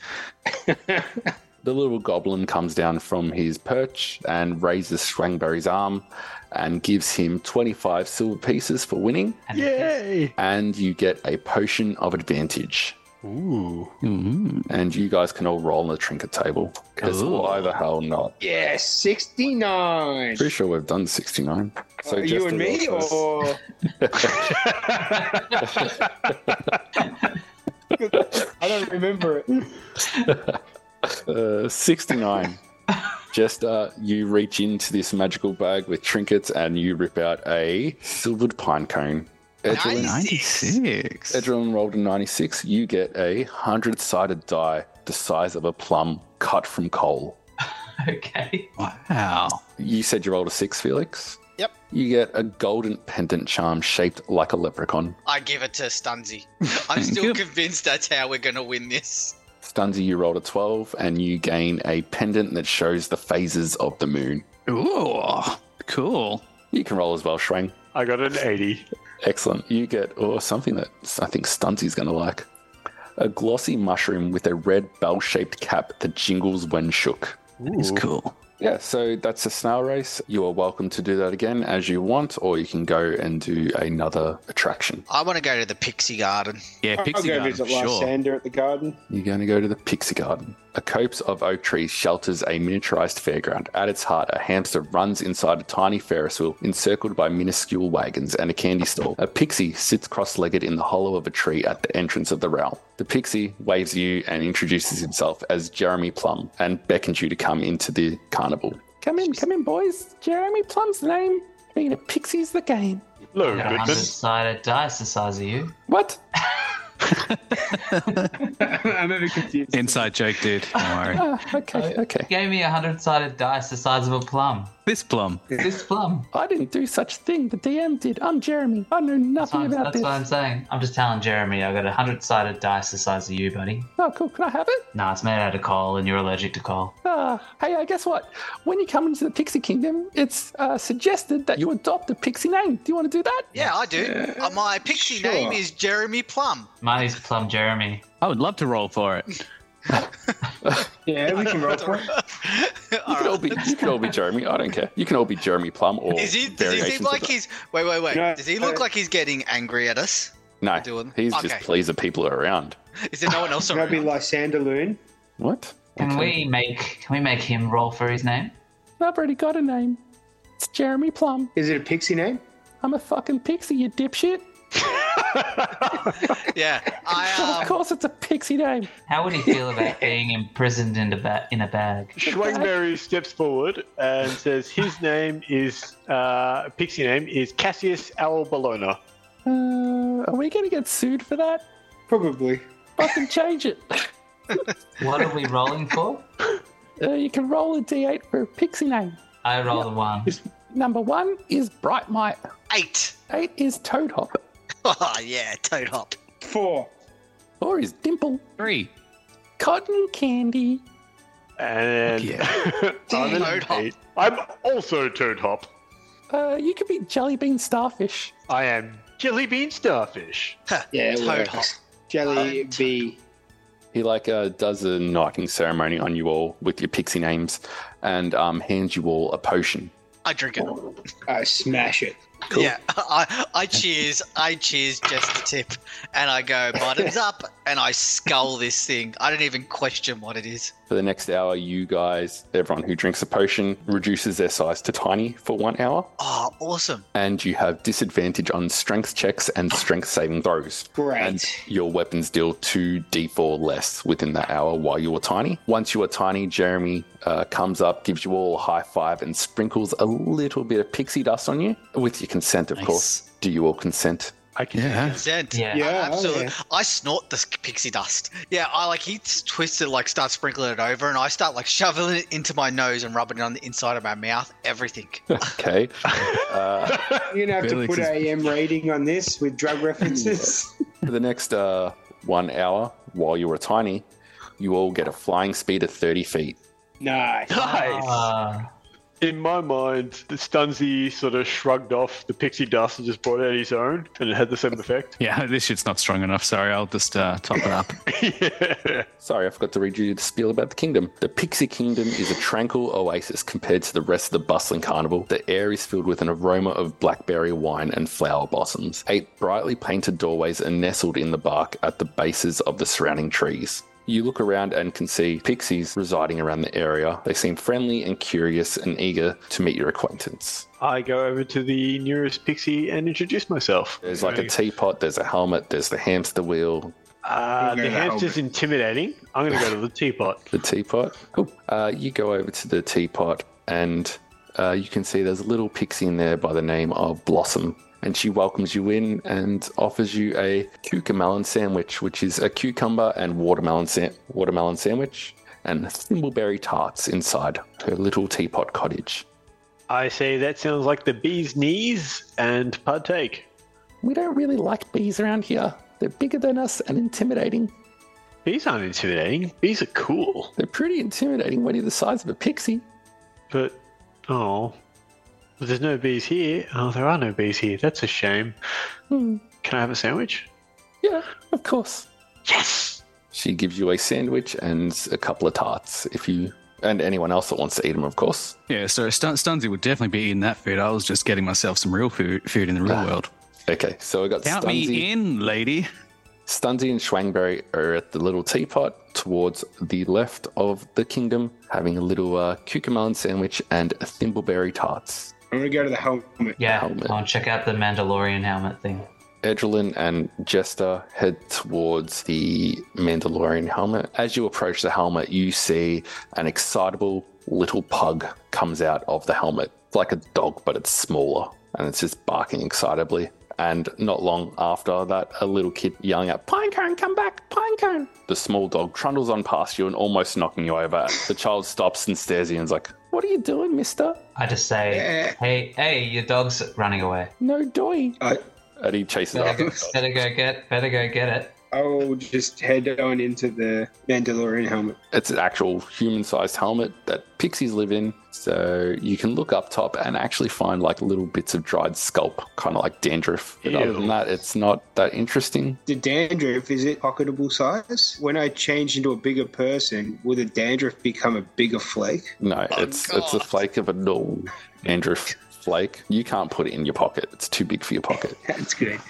Speaker 1: The little goblin comes down from his perch and raises Swangberry's arm and gives him 25 silver pieces for winning,
Speaker 4: And
Speaker 2: Yay!
Speaker 1: and you get a potion of advantage.
Speaker 2: Ooh.
Speaker 3: Mhm.
Speaker 1: And you guys can all roll on the trinket table, because
Speaker 3: Ooh.
Speaker 1: why the hell not?
Speaker 6: Yeah, 69.
Speaker 1: Pretty sure we've done 69.
Speaker 6: Are you
Speaker 1: Jester
Speaker 6: and me,
Speaker 1: rolls first.
Speaker 6: or I don't remember it.
Speaker 1: Uh, 69. Jester, you reach into this magical bag with trinkets and you rip out a silvered pine cone. Edgelin,
Speaker 5: Nice.
Speaker 3: 96.
Speaker 1: Edgelin rolled a 96. You get a 100 sided die the size of a plum cut from coal.
Speaker 4: Okay.
Speaker 3: Wow.
Speaker 1: You said you rolled a 6, Felix?
Speaker 5: Yep.
Speaker 1: You get a golden pendant charm shaped like a leprechaun.
Speaker 5: I give it to Stunzy. I'm still
Speaker 3: you.
Speaker 5: convinced that's how we're gonna win this.
Speaker 1: Stunzy, you rolled a 12 and you gain a pendant that shows the phases of the moon.
Speaker 3: Ooh. Cool.
Speaker 1: You can roll as well, Shrang.
Speaker 2: I got an 80.
Speaker 1: Excellent. You get, or something that I think Stunsy's going to like a glossy mushroom with a red bell shaped cap that jingles when shook.
Speaker 3: It's cool.
Speaker 1: Yeah, so that's a snail race. You are welcome to do that again as you want, or you can go and do another attraction.
Speaker 5: I wanna go to the Pixie Garden.
Speaker 3: Yeah,
Speaker 6: I'll
Speaker 3: Pixie
Speaker 6: go
Speaker 3: Garden,
Speaker 6: visit
Speaker 3: sure.
Speaker 6: Lysander at the garden.
Speaker 1: You're going to go to the Pixie Garden. A copse of oak trees shelters a miniaturized fairground. At its heart, a hamster runs inside a tiny Ferris wheel encircled by minuscule wagons and a candy store. A pixie sits cross legged in the hollow of a tree at the entrance of the realm. The pixie waves you and introduces himself as Jeremy Plum and beckons you to come into the carnival. Come in, come in, boys. Jeremy Plum's the name. Being a pixie's the game.
Speaker 2: Hello,
Speaker 4: I got a
Speaker 2: Goodman.
Speaker 4: hundred sided dice the size of you.
Speaker 1: What?
Speaker 6: I'm a bit confused.
Speaker 3: Inside joke, dude. Don't worry.
Speaker 1: Ah, okay, okay.
Speaker 4: Gave me a hundred sided dice the size of a plum.
Speaker 3: This plum.
Speaker 4: This plum.
Speaker 1: I didn't do such thing. The DM did. I'm Jeremy. I know
Speaker 4: That's, what
Speaker 1: nothing
Speaker 4: I'm,
Speaker 1: about
Speaker 4: that's
Speaker 1: this.
Speaker 4: what I'm saying. I'm just telling Jeremy I got a hundred sided dice the size of you, buddy.
Speaker 1: Oh, cool. Can I have it?
Speaker 4: Nah, it's made out of coal and you're allergic to coal.
Speaker 1: Uh, hey, uh, guess what? When you come into the Pixie Kingdom, it's uh, suggested that you adopt a pixie name. Do you want to do that?
Speaker 5: Yeah, I do. Uh, my pixie
Speaker 6: sure.
Speaker 5: name is Jeremy Plum.
Speaker 4: Mine's plum Jeremy.
Speaker 3: I would love to roll for it.
Speaker 6: Yeah, we can roll for it.
Speaker 1: You can all be, you can all be Jeremy. I don't care. You can all be Jeremy Plum or
Speaker 5: Is he, does he
Speaker 1: variations
Speaker 5: seem
Speaker 1: of
Speaker 5: like
Speaker 1: that.
Speaker 5: he's. Wait, wait, wait.
Speaker 6: No,
Speaker 5: does he look
Speaker 6: uh,
Speaker 5: like he's getting angry at us?
Speaker 1: No,
Speaker 5: doing-
Speaker 1: he's
Speaker 5: Okay.
Speaker 1: just pleased the people around.
Speaker 5: Is there no one else
Speaker 6: Can I be
Speaker 5: around?
Speaker 6: Lysander Loon?
Speaker 1: What?
Speaker 4: Can we make can we make him roll for his name?
Speaker 1: I've already got a name. It's Jeremy Plum.
Speaker 6: Is it a pixie name?
Speaker 1: I'm a fucking pixie, you dipshit.
Speaker 5: Yeah. I, um,
Speaker 1: course, it's a pixie name.
Speaker 4: How would he feel about being imprisoned in a ba- in a bag?
Speaker 2: Schwangberry steps forward and says his name is, uh, pixie name is Cassius Albalona.
Speaker 1: Uh, are we gonna get sued for that?
Speaker 6: Probably.
Speaker 1: Fucking change it.
Speaker 4: What are we rolling for?
Speaker 1: Uh, you can roll a d8 for a pixie name.
Speaker 4: I roll the one.
Speaker 1: Number one is Bright Might.
Speaker 5: eight.
Speaker 1: Eight is Toad Hop.
Speaker 5: Oh, yeah, Toad Hop.
Speaker 6: Four.
Speaker 1: Four is Dimple.
Speaker 3: Three.
Speaker 1: Cotton Candy.
Speaker 2: And I'm, an
Speaker 5: Toad Hop.
Speaker 2: eight. I'm also Toad Hop.
Speaker 1: Uh, you could be Jellybean Starfish.
Speaker 2: I am Jelly Bean Starfish.
Speaker 6: Yeah, it
Speaker 5: Toad
Speaker 6: works.
Speaker 5: Hop.
Speaker 6: Jelly
Speaker 5: Toad.
Speaker 6: B.
Speaker 1: He like uh, does a knighting ceremony on you all with your pixie names, and um, hands you all a potion.
Speaker 5: I drink it.
Speaker 6: I uh, smash it.
Speaker 1: Cool.
Speaker 5: Yeah, I, I cheers, I cheers just the tip, and I go bottoms up, and I skull this thing. I don't even question what it is.
Speaker 1: For the next hour, you guys, everyone who drinks a potion, reduces their size to tiny for one hour,
Speaker 5: Oh, awesome!
Speaker 1: and you have disadvantage on strength checks and strength saving throws.
Speaker 6: Great.
Speaker 1: And your weapons deal 2d4 less within that hour while you were tiny. Once you were tiny, Jeremy uh, comes up, gives you all a high five, and sprinkles a little bit of pixie dust on you, with your consent, of
Speaker 3: Nice.
Speaker 1: course. Do you all consent?
Speaker 2: I can
Speaker 3: Yeah.
Speaker 5: Consent.
Speaker 4: Yeah.
Speaker 6: Yeah, oh,
Speaker 5: absolutely.
Speaker 6: yeah.
Speaker 5: I snort this pixie dust. Yeah, I like he t- twists it, like starts sprinkling it over, and I start like shoveling it into my nose and rubbing it on the inside of my mouth. Everything.
Speaker 1: Okay. uh,
Speaker 6: You're gonna have
Speaker 3: Felix
Speaker 6: to put
Speaker 3: is-
Speaker 6: AM rating on this with drug references.
Speaker 1: For the next uh, one hour, while you were tiny, you all get a flying speed of 30 feet.
Speaker 6: nice.
Speaker 2: Nice.
Speaker 4: Ah.
Speaker 2: In my mind, the Stunzy sort of shrugged off the pixie dust and just brought out his own, and it had the same effect.
Speaker 3: Yeah, this shit's not strong enough. Sorry, I'll just uh, top it up.
Speaker 2: yeah.
Speaker 1: Sorry, I forgot to read you the spiel about the kingdom. The Pixie Kingdom is a tranquil oasis compared to the rest of the bustling carnival. The air is filled with an aroma of blackberry wine and flower blossoms. Eight brightly painted doorways are nestled in the bark at the bases of the surrounding trees. You look around and can see pixies residing around the area. They seem friendly and curious and eager to meet your acquaintance.
Speaker 2: I go over to the nearest pixie and introduce myself.
Speaker 1: There's like a teapot, there's a helmet, there's the hamster wheel,
Speaker 2: uh,
Speaker 7: You're
Speaker 2: the
Speaker 7: gonna
Speaker 2: hamster's intimidating. I'm going to go to the teapot.
Speaker 1: the teapot. Cool. Uh, you go over to the teapot, and uh, you can see there's a little pixie in there by the name of Blossom. And she welcomes you in and offers you a cucamelon sandwich, which is a cucumber and watermelon sa- watermelon sandwich, and thimbleberry tarts inside her little teapot cottage.
Speaker 2: I say that sounds like the bee's knees and partake.
Speaker 1: We don't really like bees around here. They're bigger than us and intimidating.
Speaker 2: Bees aren't intimidating. Bees are cool.
Speaker 1: They're pretty intimidating when you're the size of a pixie.
Speaker 2: But, oh, but there's no bees here. Oh, there are no bees here. That's a shame.
Speaker 1: Hmm.
Speaker 2: Can I have a sandwich?
Speaker 1: Yeah, of course.
Speaker 2: Yes!
Speaker 1: She gives you a sandwich and a couple of tarts if you and anyone else that wants to eat them, of course.
Speaker 3: yeah, so Stun- Stunzy would definitely be eating that food. I was just getting myself some real food, food in the real
Speaker 1: Ah.
Speaker 3: world.
Speaker 1: Okay, so we got
Speaker 3: Count me
Speaker 1: Stunzy.
Speaker 3: in, lady.
Speaker 1: Stunzy and Schwangberry are at the little teapot towards the left of the kingdom, having a little uh, cucumber sandwich and thimbleberry tarts.
Speaker 6: I'm gonna go to the helmet.
Speaker 4: yeah.
Speaker 1: Helmet.
Speaker 4: I'll check out the Mandalorian helmet thing.
Speaker 1: Edrelin and Jester head towards the Mandalorian helmet. As you approach the helmet, you see an excitable little pug comes out of the helmet. It's like a dog, but it's smaller, and it's just barking excitably. And not long after that, a little kid yelling out, Pinecone, come back! Pinecone! The small dog trundles on past you and almost knocking you over. The child stops and stares at you and is like, What are you doing, mister?
Speaker 4: I just say,
Speaker 6: Eh,
Speaker 4: hey, hey, your dog's running away.
Speaker 1: No doy.
Speaker 6: I,
Speaker 1: And he chases
Speaker 4: Better
Speaker 1: after
Speaker 4: go,
Speaker 1: the dog.
Speaker 4: better go get, better go get it.
Speaker 6: I'll just head on into the Mandalorian helmet.
Speaker 1: it's an actual human-sized helmet that pixies live in. So you can look up top and actually find like little bits of dried scalp, kind of like dandruff. But other
Speaker 2: Ew.
Speaker 1: than that, it's not that interesting.
Speaker 6: The dandruff is it pocketable size? When I change into a bigger person, will the dandruff become a bigger flake?
Speaker 1: No, it's it's a
Speaker 5: God.
Speaker 1: flake of a no dandruff flake. You can't put it in your pocket. It's too big for your pocket.
Speaker 6: That's good.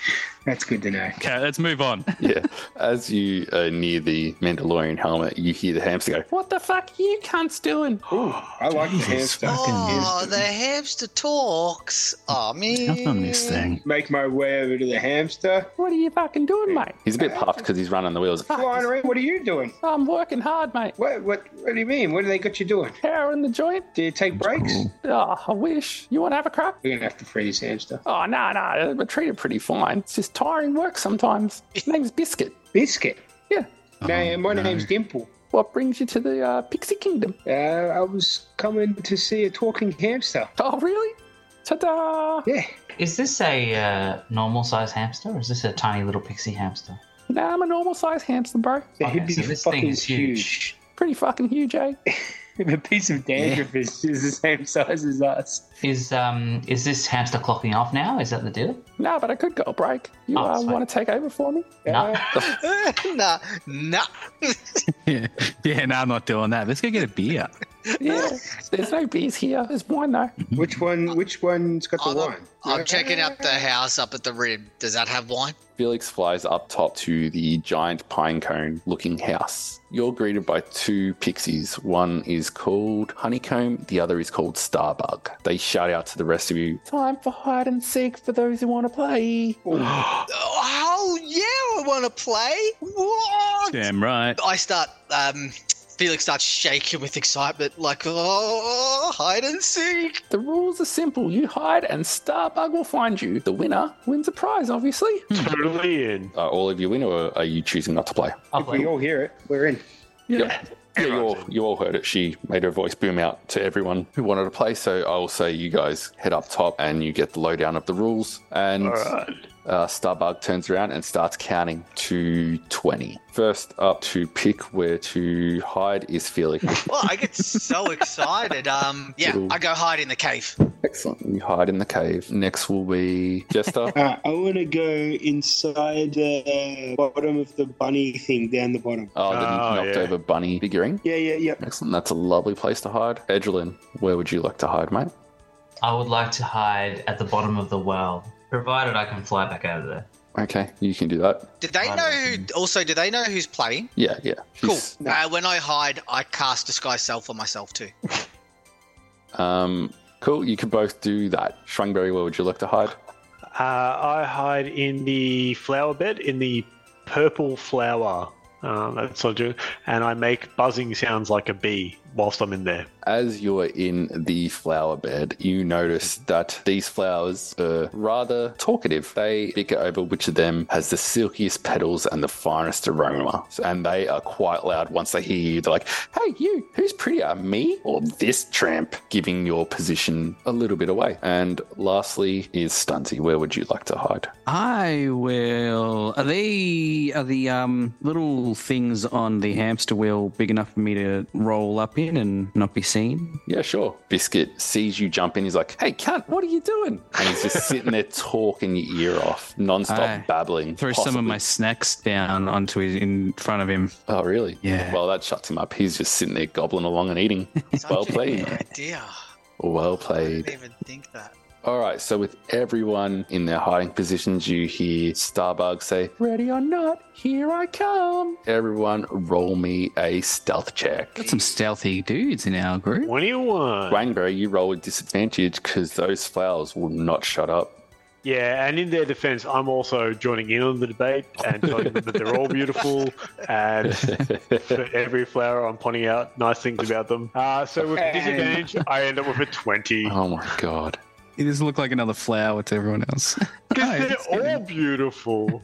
Speaker 6: That's good to know.
Speaker 3: Okay, let's move on.
Speaker 1: yeah. As you are near the Mandalorian helmet, you hear the hamster go, "What the fuck? You cunts doing?"
Speaker 6: I like the hamster.
Speaker 5: Oh, the hamster talks. Oh man.
Speaker 3: Up on this thing.
Speaker 6: Make my way over to the hamster.
Speaker 1: What are you fucking doing, mate? He's a bit puffed because he's running the wheels.
Speaker 6: Flying around. What are you doing?
Speaker 1: I'm working hard, mate.
Speaker 6: What? What? What do you mean? What do they got you doing?
Speaker 1: Power in the joint.
Speaker 6: Do you take breaks?
Speaker 1: Oh, I wish. You want to have a crack?
Speaker 6: We're gonna have to freeze hamster.
Speaker 1: Oh, no, no, I treat it pretty fine. It's just tiring work sometimes. His name's Biscuit.
Speaker 6: Biscuit.
Speaker 3: Oh,
Speaker 6: no, my
Speaker 3: no.
Speaker 6: name's Dimple.
Speaker 1: What brings you to the uh, Pixie Kingdom?
Speaker 6: Uh, I was coming to see a talking hamster.
Speaker 1: Oh, really? Ta da!
Speaker 6: Yeah.
Speaker 4: Is this a uh, normal size hamster or is this a tiny little pixie hamster?
Speaker 1: Nah, I'm a normal sized hamster, bro.
Speaker 6: The
Speaker 4: Okay,
Speaker 6: hippie
Speaker 4: so this
Speaker 6: fucking
Speaker 4: thing is huge.
Speaker 1: Pretty fucking huge, eh?
Speaker 6: huge. the piece of dandruff is, is the same size as us.
Speaker 4: Is um is this hamster clocking off now? Is that the deal?
Speaker 1: Nah, but I could go a break. You
Speaker 4: Oh,
Speaker 1: uh,
Speaker 4: that's fine.
Speaker 1: want to take over for me?
Speaker 4: No.
Speaker 5: nah, nah.
Speaker 3: yeah, yeah, no, I'm not doing that. Let's go get a beer.
Speaker 1: Yeah, there's no beers here. There's wine though.
Speaker 6: Which one? Which one's got the
Speaker 8: I'm,
Speaker 6: wine?
Speaker 8: I'm checking out the house up at the rim. Does that have wine?
Speaker 1: Felix flies up top to the giant pine cone looking house. You're greeted by two pixies. One is called Honeycomb, the other is called Starbug. They shout out to the rest of you Time for hide and seek for those who want to play.
Speaker 8: Oh, yeah, I want to play. What?
Speaker 3: Damn right.
Speaker 8: I start. Um, Felix starts shaking with excitement, like oh, hide and seek.
Speaker 1: The rules are simple you hide, and Starbug will find you. The winner wins a prize, obviously.
Speaker 2: Hmm. Totally in.
Speaker 1: Are all of you in, or are you choosing not to play?
Speaker 4: I'll
Speaker 6: If we
Speaker 4: play.
Speaker 6: all hear it, we're in.
Speaker 1: Yeah, you all, you all heard it. She made her voice boom out to everyone who wanted to play. So I'll say you guys head up top and you get the lowdown of the rules. And uh, Starbug turns around and starts counting to 20. First up to pick where to hide is Felix.
Speaker 8: Well, I get so excited. Um, yeah, I go hide in the cave.
Speaker 1: Excellent. You hide in the cave. Next will be Jester.
Speaker 7: Uh, I want to go inside the bottom of the bunny thing down the bottom.
Speaker 1: Oh, the
Speaker 2: Oh,
Speaker 1: knocked
Speaker 2: yeah.
Speaker 1: over bunny figurine.
Speaker 7: Yeah, yeah, yeah.
Speaker 1: Excellent. That's a lovely place to hide. Edgelin, where would you like to hide, mate?
Speaker 4: I would like to hide at the bottom of the well, provided I can fly back out of there.
Speaker 1: Okay, you can do that.
Speaker 8: Did they know who? Also, do they know who's playing?
Speaker 1: Yeah, yeah.
Speaker 8: Cool.
Speaker 1: She's-
Speaker 8: Uh, when I hide, I cast disguise self on myself too.
Speaker 1: Um, cool. You could both do that. Shrangberry, where would you like to hide?
Speaker 2: Uh, I hide in the flower bed in the purple flower. Uh, that's what I do. And I make buzzing sounds like a bee whilst I'm in there.
Speaker 1: As you're in the flower bed, you notice that these flowers are rather talkative. They bicker over which of them has the silkiest petals and the finest aroma. And they are quite loud once they hear you. They're like, hey, you, who's prettier, me or this tramp? Giving your position a little bit away. And lastly is Stunty. Where would you like to hide?
Speaker 3: I will. Are they are the um little things on the hamster wheel big enough for me to roll up in and not be seen?
Speaker 1: Yeah, sure. Biscuit sees you jump in. He's like, hey, cunt, what are you doing? And he's just sitting there talking your ear off, nonstop
Speaker 3: I
Speaker 1: babbling.
Speaker 3: Throw some of my snacks down onto his in front of him.
Speaker 1: possibly- Oh, really?
Speaker 3: Yeah.
Speaker 1: Well, that shuts him up. He's just sitting there gobbling along and eating. well
Speaker 8: Such a
Speaker 1: played.
Speaker 8: good Idea.
Speaker 1: Well
Speaker 8: I didn't
Speaker 1: played.
Speaker 8: even think that.
Speaker 1: All right. So, with everyone in their hiding positions, you hear Starbug say, ready or not, here I come. Everyone, roll me a stealth check.
Speaker 3: Got some stealthy dudes in our
Speaker 2: Hmm.
Speaker 3: group.
Speaker 2: 21.
Speaker 1: Rainbow, you roll with disadvantage because those flowers will not shut up.
Speaker 2: Yeah, and in their defense, I'm also joining in on the debate and telling them that they're all beautiful. And for every flower, I'm pointing out nice things about them. Uh, so with
Speaker 7: And-
Speaker 2: disadvantage, I end up with a 20.
Speaker 1: oh, my God.
Speaker 3: It does look like another flower to everyone else.
Speaker 2: Because they're all beautiful.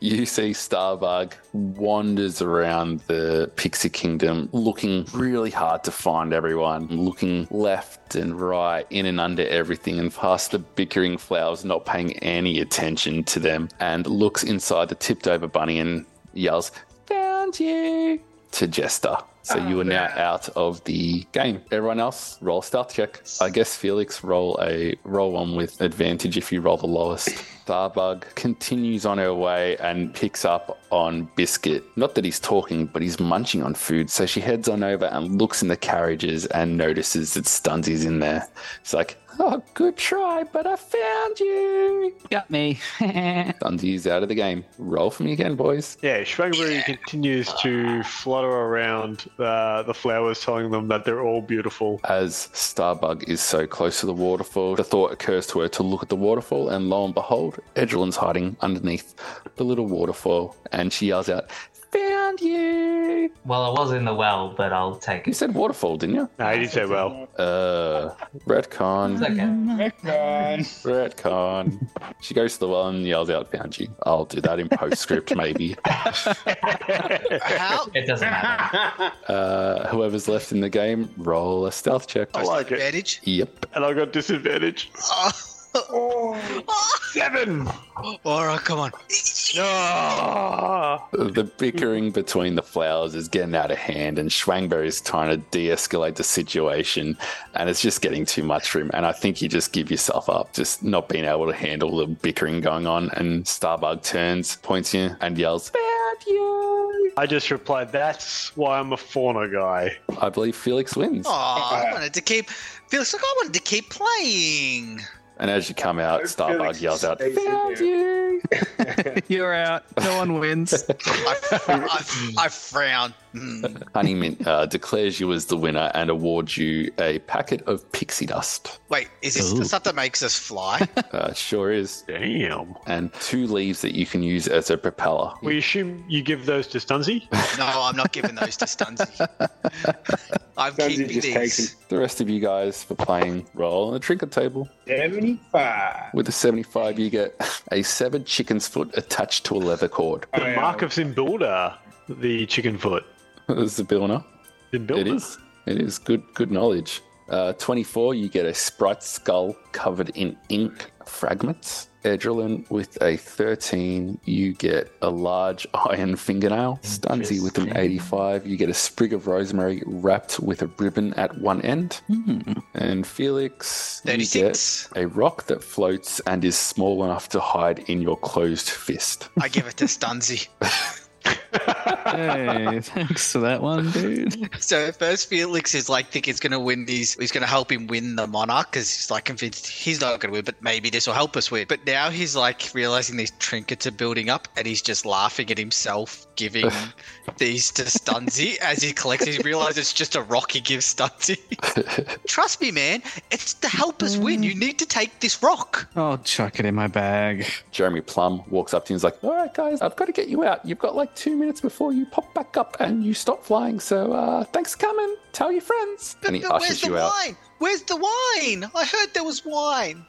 Speaker 1: you see Starbug wanders around the Pixie Kingdom looking really hard to find everyone, looking left and right, in and under everything, and past the bickering flowers, not paying any attention to them, and looks inside the tipped over bunny and yells, Found you! to Jester. So you are now out of the game. Everyone else, roll a stealth check. I guess Felix roll a roll one with advantage if you roll the lowest. Starbug continues on her way and picks up on Biscuit. Not that he's talking, but he's munching on food. So she heads on over and looks in the carriages and notices that Stunsy's in there. It's like, oh, good try, but I found you.
Speaker 3: Got me.
Speaker 1: Stunsy's out of the game. Roll for me again, boys.
Speaker 2: Yeah, Shwangberry continues to flutter around uh, the flowers, telling them that they're all beautiful.
Speaker 1: As Starbug is so close to the waterfall, the thought occurs to her to look at the waterfall, and lo and behold, Edgelin's hiding underneath the little waterfall, and she yells out, Found you!
Speaker 4: Well, I was in the well, but I'll take
Speaker 1: You
Speaker 4: it.
Speaker 1: said waterfall, didn't you?
Speaker 2: No, he didn't say well.
Speaker 1: Uh,
Speaker 4: It's
Speaker 1: retcon,
Speaker 4: okay.
Speaker 7: Retcon.
Speaker 1: retcon. She goes to the well and yells out, Found you. I'll do that in postscript, maybe.
Speaker 8: How?
Speaker 4: It doesn't matter.
Speaker 1: Uh, whoever's left in the game, roll a stealth check.
Speaker 2: I like it.
Speaker 8: Advantage.
Speaker 1: Yep.
Speaker 2: And I got disadvantage.
Speaker 8: Oh.
Speaker 2: Seven!
Speaker 8: All right, come on.
Speaker 2: Ah!
Speaker 1: The bickering between the flowers is getting out of hand, and Schwangberry is trying to de escalate the situation, and it's just getting too much for him. And I think you just give yourself up, just not being able to handle the bickering going on. And Starbug turns, points you, and yells, Found you!
Speaker 2: I just replied, that's why I'm a fauna guy.
Speaker 1: I believe Felix wins.
Speaker 5: Oh, I wanted to keep. Feels like I wanted to keep playing.
Speaker 1: And as you come out, Starbug yells out,
Speaker 7: Found you.
Speaker 3: You're out. No one wins.
Speaker 5: I, I, I frown. Mm.
Speaker 1: Honey Mint uh, declares you as the winner and awards you a packet of pixie dust.
Speaker 5: Wait, is this
Speaker 3: Ooh.
Speaker 5: the stuff that makes us fly?
Speaker 1: Uh, sure is.
Speaker 2: Damn.
Speaker 1: And two leaves that you can use as a propeller.
Speaker 2: We assume you give those to Stunzy?
Speaker 5: no, I'm not giving those to Stunzy. I'm
Speaker 9: Stunzy
Speaker 5: keeping
Speaker 9: just
Speaker 5: these.
Speaker 9: takes
Speaker 1: The rest of you guys for playing roll on the trinket table.
Speaker 7: 75.
Speaker 1: With a 75, you get a severed chicken's foot attached to a leather cord.
Speaker 2: The Mark of Zimbilda, the chicken foot.
Speaker 1: This is a builder.
Speaker 2: Zimbilda.
Speaker 1: It is. It is good. Good knowledge. Uh, Twenty-four. You get a sprite skull covered in ink fragments. Edrillon with a thirteen. You get a large iron fingernail. Stunzy with an
Speaker 4: Interesting.
Speaker 1: eighty-five. You get a sprig of rosemary wrapped with a ribbon at one end.
Speaker 3: Hmm.
Speaker 1: And Felix, you get
Speaker 5: 36.
Speaker 1: a rock that floats and is small enough to hide in your closed fist.
Speaker 5: I give it to Stunzy.
Speaker 3: Hey, thanks for that one, dude.
Speaker 5: So first, Felix is like think he's going to win these. He's going to help him win the monarch because he's like convinced he's not going to win, but maybe this will help us win. But now he's like realizing these trinkets are building up, and he's just laughing at himself giving these to Stunzy as he collects. He realizes it's just a rock he gives Stunzy. Trust me, man, it's to help us win. You need to take this rock.
Speaker 3: I'll chuck it in my bag.
Speaker 1: Jeremy Plum walks up to him and is like, All right, guys, I've got to get you out. You've got like two minutes before you pop back up and you stop flying. So uh, thanks for coming. Tell your friends. And he
Speaker 5: But where's
Speaker 1: ushers
Speaker 5: the
Speaker 1: you out.
Speaker 5: wine? Where's the wine? I heard there was wine.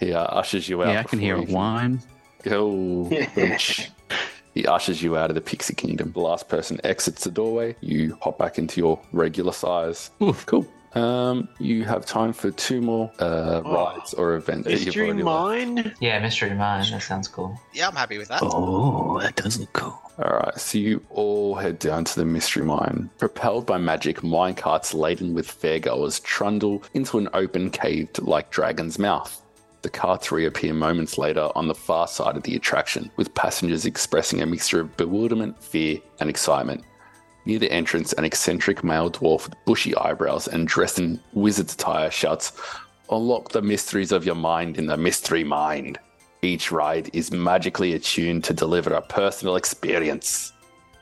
Speaker 1: He uh, ushers you out.
Speaker 3: yeah, I can
Speaker 1: before
Speaker 3: hear a
Speaker 1: you
Speaker 3: whine.
Speaker 1: Oh, bitch. He ushers you out of the Pixie Kingdom. The last person exits the doorway. You hop back into your regular size.
Speaker 3: Oof.
Speaker 1: Cool. Um, you have time for two more uh,
Speaker 2: Oh.
Speaker 1: rides or events. that you've
Speaker 2: Mystery
Speaker 1: already left.
Speaker 2: mine?
Speaker 4: Yeah, mystery mine. That sounds cool.
Speaker 5: Yeah, I'm happy with that.
Speaker 3: Oh, that does look cool.
Speaker 1: All right, so you all head down to the mystery mine. Propelled by magic, minecarts laden with fairgoers trundle into an open caved like dragon's mouth. The carts reappear moments later on the far side of the attraction, with passengers expressing a mixture of bewilderment, fear, and excitement. Near the entrance, an eccentric male dwarf with bushy eyebrows and dressed in wizard's attire shouts, Unlock the mysteries of your mind in the mystery mind. Each ride is magically attuned to deliver a personal experience.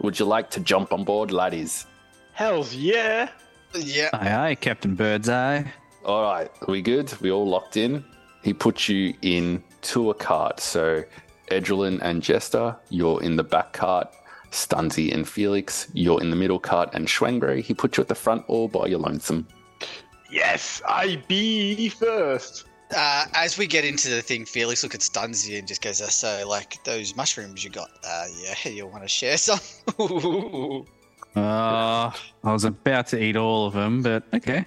Speaker 1: Would you like to jump on board, laddies?
Speaker 2: Hells yeah.
Speaker 5: Yeah.
Speaker 3: Aye, aye, Captain Birdseye.
Speaker 1: All right, we good? We all locked in? He puts you in to a cart. So, Edrillon and Jester, you're in the back cart. Stunzy and Felix, you're in the middle cart. And Schwangre, he puts you at the front all by your lonesome.
Speaker 2: Yes, I be first.
Speaker 5: Uh, as we get into the thing, Felix look at Stunzy and just goes, "Uh, "So, like those mushrooms you got? Uh, yeah, you want to share some?"
Speaker 3: Oh, I was about to eat all of them, but okay.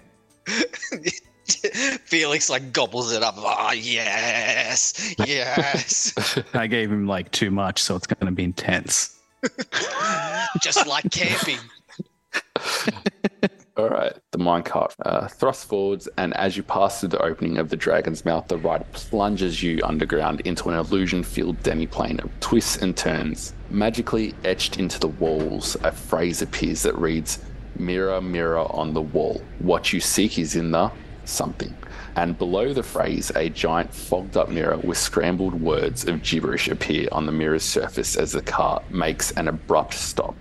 Speaker 5: Felix like gobbles it up. Oh, yes, yes,
Speaker 3: I gave him like too much, so it's going to be intense.
Speaker 5: just like camping.
Speaker 1: All right, the minecart uh, thrusts forwards, and as you pass through the opening of the dragon's mouth, the ride plunges you underground into an illusion-filled demi-plane of twists and turns. Magically etched into the walls, a phrase appears that reads, "Mirror, mirror on the wall, what you seek is in the something." And below the phrase, a giant fogged-up mirror with scrambled words of gibberish appear on the mirror's surface as the cart makes an abrupt stop.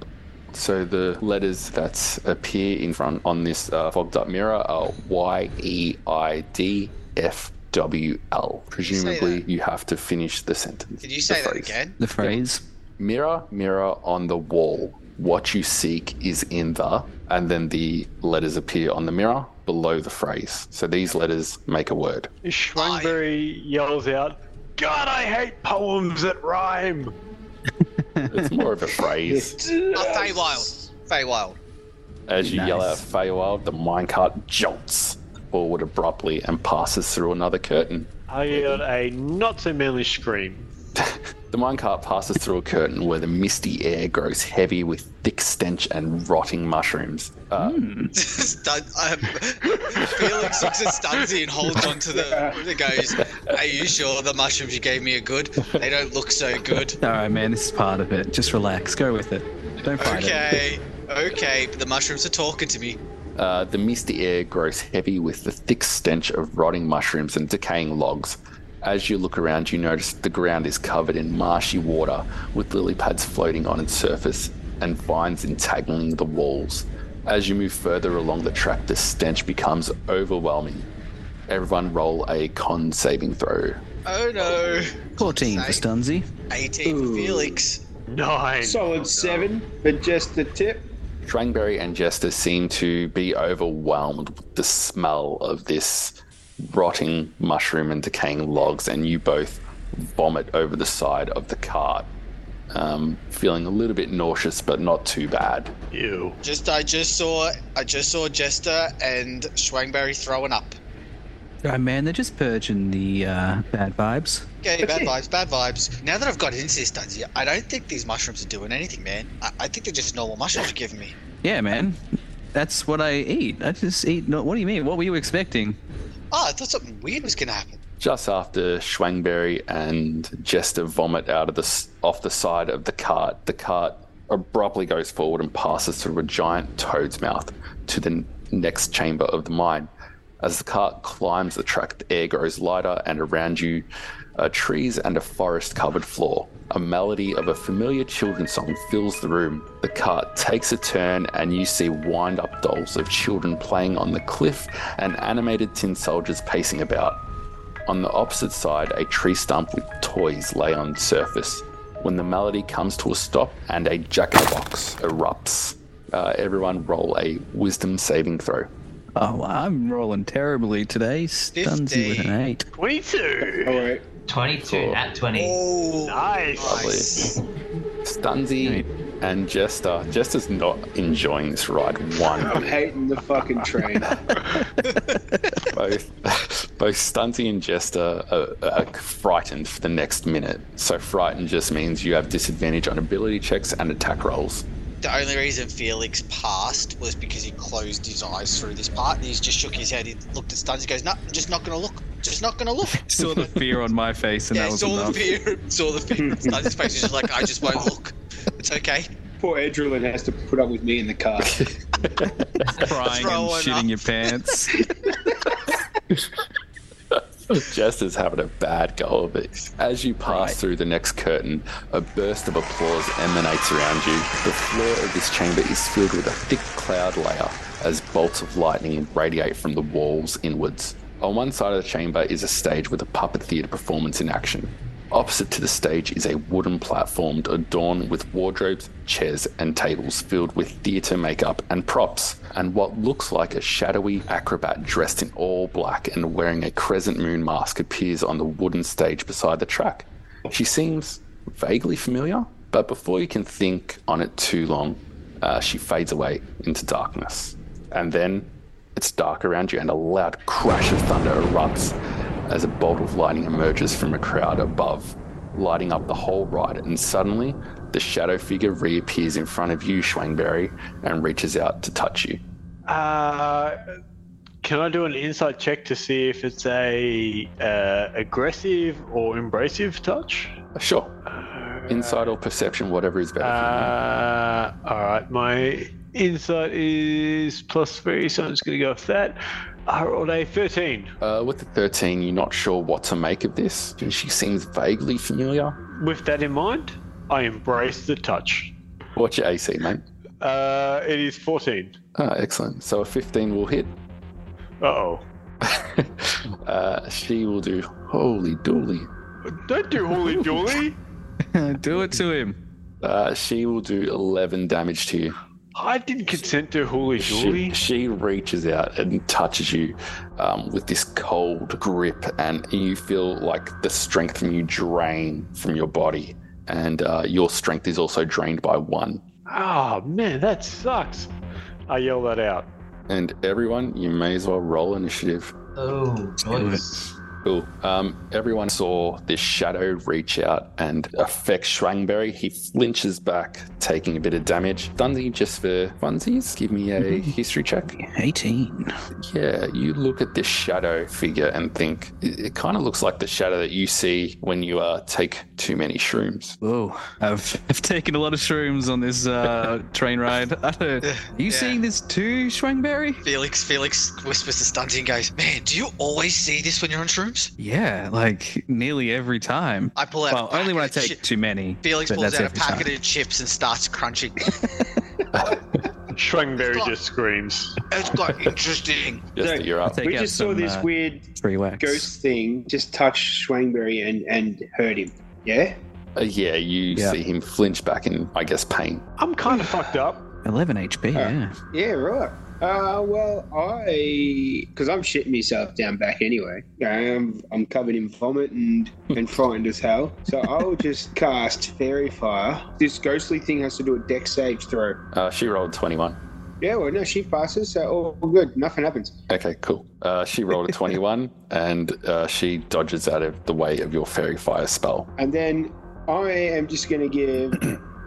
Speaker 1: So the letters that appear in front on this uh, fogged up mirror are Y E I D F W L. Presumably, you have to finish the sentence.
Speaker 5: Did you
Speaker 1: the
Speaker 5: say that
Speaker 1: phrase.
Speaker 5: again?
Speaker 3: The phrase.
Speaker 1: Mirror, mirror on the wall, what you seek is in the, and then the letters appear on the mirror below the phrase. So these letters make a word.
Speaker 2: Schwangberry yells out, God, I hate poems that rhyme.
Speaker 1: It's more of a phrase.
Speaker 5: Oh, Feywild, Feywild.
Speaker 1: As you yell out
Speaker 3: Nice.
Speaker 1: Feywild, the minecart jolts forward
Speaker 7: Mm-hmm.
Speaker 1: abruptly and passes through another curtain.
Speaker 2: I yelled a not so manly scream.
Speaker 1: The minecart passes through a curtain where the misty air grows heavy with thick stench and rotting mushrooms. Uh,
Speaker 8: Stun- um, Felix looks at Stunzy and holds onto the. And goes, "Are you sure the mushrooms you gave me are good? They don't look so good."
Speaker 3: All right, man, this is part of it. Just relax. Go with it. Don't fight it.
Speaker 8: Okay, okay, but the mushrooms are talking to me.
Speaker 1: Uh, the misty air grows heavy with the thick stench of rotting mushrooms and decaying logs. As you look around, you notice the ground is covered in marshy water, with lily pads floating on its surface and vines entangling the walls. As you move further along the track, the stench becomes overwhelming. Everyone roll a con saving throw.
Speaker 8: Oh no!
Speaker 3: 14 for Stunzy.
Speaker 8: 18 for Felix.
Speaker 2: Nine.
Speaker 7: Solid seven, but just the tip.
Speaker 1: Drangberry and Jester seem to be overwhelmed with the smell of this rotting mushroom and decaying logs, and you both vomit over the side of the cart, um, feeling a little bit nauseous, but not too bad.
Speaker 2: Ew.
Speaker 8: Just I just saw I just saw Jester and Schwangberry throwing up.
Speaker 3: All right, man, they're just purging the uh, bad vibes.
Speaker 8: Okay, bad vibes, bad vibes. Now that I've got into this, Dunsy, I don't think these mushrooms are doing anything, man. I, I think they're just normal mushrooms you're giving me.
Speaker 3: Yeah, man. That's what I eat. I just eat. No, what do you mean? What were you expecting?
Speaker 8: Oh, I thought something weird was gonna happen.
Speaker 1: Just after Schwangberry and Jester vomit out of the s- off the side of the cart, the cart abruptly goes forward and passes through a giant toad's mouth to the n- next chamber of the mine. As the cart climbs the track, the air grows lighter, and around you are trees and a forest covered floor. A melody of a familiar children's song fills the room. The cart takes a turn, and you see wind up dolls of children playing on the cliff and animated tin soldiers pacing about. On the opposite side, a tree stump with toys lay on the surface. When the melody comes to a stop and a jack in the box erupts, uh, everyone roll a wisdom saving throw.
Speaker 3: Oh, I'm rolling terribly today. Stunzy with an 8.
Speaker 2: 22.
Speaker 7: All right.
Speaker 4: 22
Speaker 1: Cool.
Speaker 4: at 20.
Speaker 8: Oh,
Speaker 2: Nice.
Speaker 1: Lovely. Stunzy and Jester. Jester's not enjoying this ride one
Speaker 7: I'm hating the fucking train.
Speaker 1: both both Stunty and Jester are, are frightened for the next minute. So frightened just means you have disadvantage on ability checks and attack rolls.
Speaker 8: The only reason Felix passed was because he closed his eyes through this part and he's just shook his head. He looked at Stuns. He goes, "No, I'm just not gonna look. Just not gonna look."
Speaker 3: Saw the fear on my face, and
Speaker 8: yeah,
Speaker 3: that was
Speaker 8: saw
Speaker 3: enough.
Speaker 8: the fear. Saw the fear. in Stuns' face He's just like, "I just won't look. It's okay."
Speaker 7: Poor Edrelin has to put up with me in the car.
Speaker 3: Crying and
Speaker 8: Throwing
Speaker 3: shitting
Speaker 8: up.
Speaker 3: your pants.
Speaker 1: Jester's having a bad go of it. As you pass through the next curtain, a burst of applause emanates around you. The floor of this chamber is filled with a thick cloud layer as bolts of lightning radiate from the walls inwards. On one side of the chamber is a stage with a puppet theatre performance in action. Opposite to the stage is a wooden platform adorned with wardrobes, chairs, and tables filled with theatre makeup and props, and what looks like a shadowy acrobat dressed in all black and wearing a crescent moon mask appears on the wooden stage beside the track. She seems vaguely familiar, but before you can think on it too long, uh, she fades away into darkness. And then it's dark around you, and a loud crash of thunder erupts as a bolt of lightning emerges from a crowd above, lighting up the whole ride. And suddenly, the shadow figure reappears in front of you, Schwangberry, and reaches out to touch you.
Speaker 2: Uh, can I do an insight check to see if it's a uh, aggressive or embracive touch?
Speaker 1: Uh, Sure. Insight or perception, whatever is better.
Speaker 2: Uh, all right, my insight is plus three, so I'm just gonna go with that. I rolled a 13
Speaker 1: for you. Uh, with the 13, you're not sure what to make of this. She seems vaguely familiar.
Speaker 2: With that in mind, I embrace the touch.
Speaker 1: What's your AC, mate?
Speaker 2: Uh, it is 14.
Speaker 1: Ah, excellent. So a 15 will hit.
Speaker 2: Uh oh.
Speaker 1: Uh, she will do holy dooly.
Speaker 2: Don't do holy dooly.
Speaker 3: Do it to him.
Speaker 1: Uh, she will do 11 damage to you.
Speaker 2: I didn't consent to holy
Speaker 1: She,
Speaker 2: dooly.
Speaker 1: she reaches out and touches you um, with this cold grip, and you feel like the strength from you drain from your body, and uh, your strength is also drained by one.
Speaker 2: Oh man, that sucks. I yell that out.
Speaker 1: And everyone, you may as well roll initiative.
Speaker 4: Oh,
Speaker 3: do it.
Speaker 4: nice.
Speaker 1: Cool. Um, everyone saw this shadow reach out and affect Schwangberry. He flinches back, taking a bit of damage. Dunsey, just for funsies, give me a history check.
Speaker 3: 18.
Speaker 1: Yeah, you look at this shadow figure and think it, it kind of looks like the shadow that you see when you uh, take too many shrooms.
Speaker 3: Whoa. I've, I've taken a lot of shrooms on this uh, train ride. I don't- Are you
Speaker 5: Yeah.
Speaker 3: seeing this too, Schwangberry?
Speaker 5: Felix, Felix whispers to Stunty and goes, Man, do you always see this when you're on shrooms?
Speaker 3: Yeah, like nearly every time.
Speaker 5: I pull out.
Speaker 3: Well,
Speaker 5: a
Speaker 3: only when I
Speaker 5: packet of
Speaker 3: take
Speaker 5: chi-
Speaker 3: too many.
Speaker 5: Felix
Speaker 3: but
Speaker 5: pulls
Speaker 3: that's
Speaker 5: out a
Speaker 3: every
Speaker 5: packet
Speaker 3: time.
Speaker 5: of chips and starts crunching.
Speaker 2: Shrungberry just screams.
Speaker 5: it's got interesting.
Speaker 1: Just
Speaker 7: No,
Speaker 1: that you're
Speaker 3: I
Speaker 1: up.
Speaker 3: take
Speaker 7: we
Speaker 3: out
Speaker 7: just saw
Speaker 3: some,
Speaker 7: this
Speaker 3: uh,
Speaker 7: weird
Speaker 3: free wax.
Speaker 7: ghost thing just touch Schwangberry and, and hurt him. Yeah?
Speaker 1: Uh, yeah, you
Speaker 3: Yeah.
Speaker 1: see him flinch back in, I guess, pain.
Speaker 2: I'm kind of fucked up.
Speaker 3: 11
Speaker 5: Uh,
Speaker 3: HP, yeah.
Speaker 7: Yeah, right. Uh, well, I because I'm shitting myself down back anyway. I'm I'm covered in vomit and and frightened as hell. So I'll just cast fairy fire. This ghostly thing has to do a deck save throw.
Speaker 1: Uh, she rolled 21.
Speaker 7: Yeah, well, no, she passes, so all all good. Nothing happens.
Speaker 1: Okay, cool. Uh, she rolled a 21 and uh, she dodges out of the way of your fairy fire spell.
Speaker 7: And then I am just going to give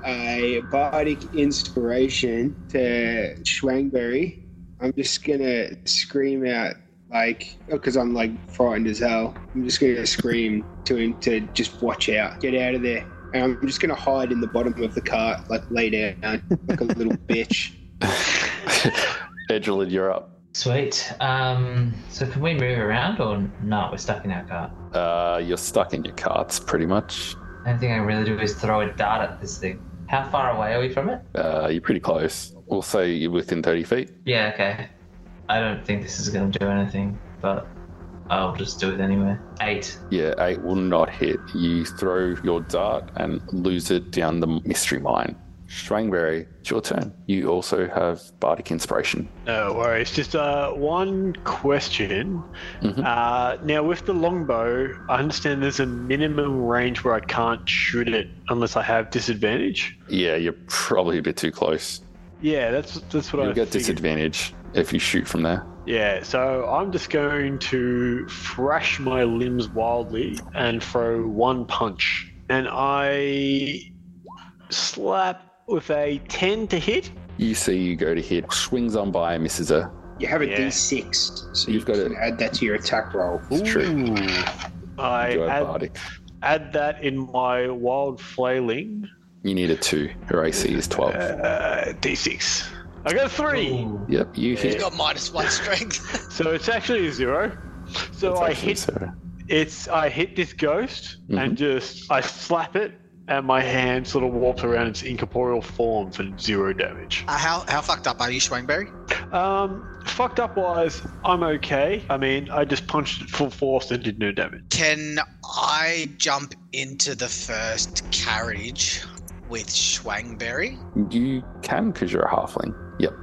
Speaker 7: a bardic inspiration to Schwangberry. I'm just going to scream out, like, because I'm like frightened as hell. I'm just going to scream to him to just watch out, get out of there. And I'm just going to hide in the bottom of the cart, like, lay down like a little bitch.
Speaker 1: Edgelin, you're up.
Speaker 4: Sweet. Um, so can we move around or no? We're stuck in our car.
Speaker 1: Uh, you're stuck in your carts, pretty much.
Speaker 4: Only thing I can really do is throw a dart at this thing. How far away are we from it?
Speaker 1: Uh, you're pretty close. Also, you're within 30 feet.
Speaker 4: Yeah, okay. I don't think this is going to do anything, but I'll just do it anyway. Eight.
Speaker 1: Yeah, eight will not hit. You throw your dart and lose it down the mystery mine. Strangberry, it's your turn. You also have Bardic Inspiration.
Speaker 2: No worries. Just uh, one question.
Speaker 1: Mhm.
Speaker 2: Uh, now, with the longbow, I understand there's a minimum range where I can't shoot it unless I have disadvantage.
Speaker 1: Yeah, you're probably a bit too close.
Speaker 2: Yeah, that's that's what I
Speaker 1: You'll get
Speaker 2: figured.
Speaker 1: disadvantage if you shoot from there.
Speaker 2: Yeah, so I'm just going to thrash my limbs wildly and throw one punch. And I slap with a 10 to hit.
Speaker 1: You see, you go to hit, swings on by, and misses her.
Speaker 7: You have a
Speaker 2: Yeah.
Speaker 7: 6 so
Speaker 1: You've
Speaker 7: you
Speaker 1: got
Speaker 7: can
Speaker 1: it.
Speaker 7: add that to your attack roll.
Speaker 1: It's true.
Speaker 2: I
Speaker 1: You go
Speaker 2: add,
Speaker 1: Bardic.
Speaker 2: add that in my wild flailing.
Speaker 1: You need a two. Her AC is 12.
Speaker 2: Uh, D6. I got a 3.
Speaker 4: Ooh.
Speaker 1: yep, you
Speaker 5: He's
Speaker 1: hit.
Speaker 5: got minus one strength.
Speaker 2: So it's actually a 0. So
Speaker 1: It's
Speaker 2: I
Speaker 1: actually
Speaker 2: hit
Speaker 1: zero.
Speaker 2: it's I hit this ghost and just I slap it and my hand sort of warps around its incorporeal form for zero damage.
Speaker 5: Uh, how, how fucked up are you, Schwangberry?
Speaker 2: Um, fucked up wise, I'm okay. I mean, I just punched it full force and did no damage.
Speaker 5: Can I jump into the first carriage with Schwangberry?
Speaker 1: You can because you're a halfling. Yep.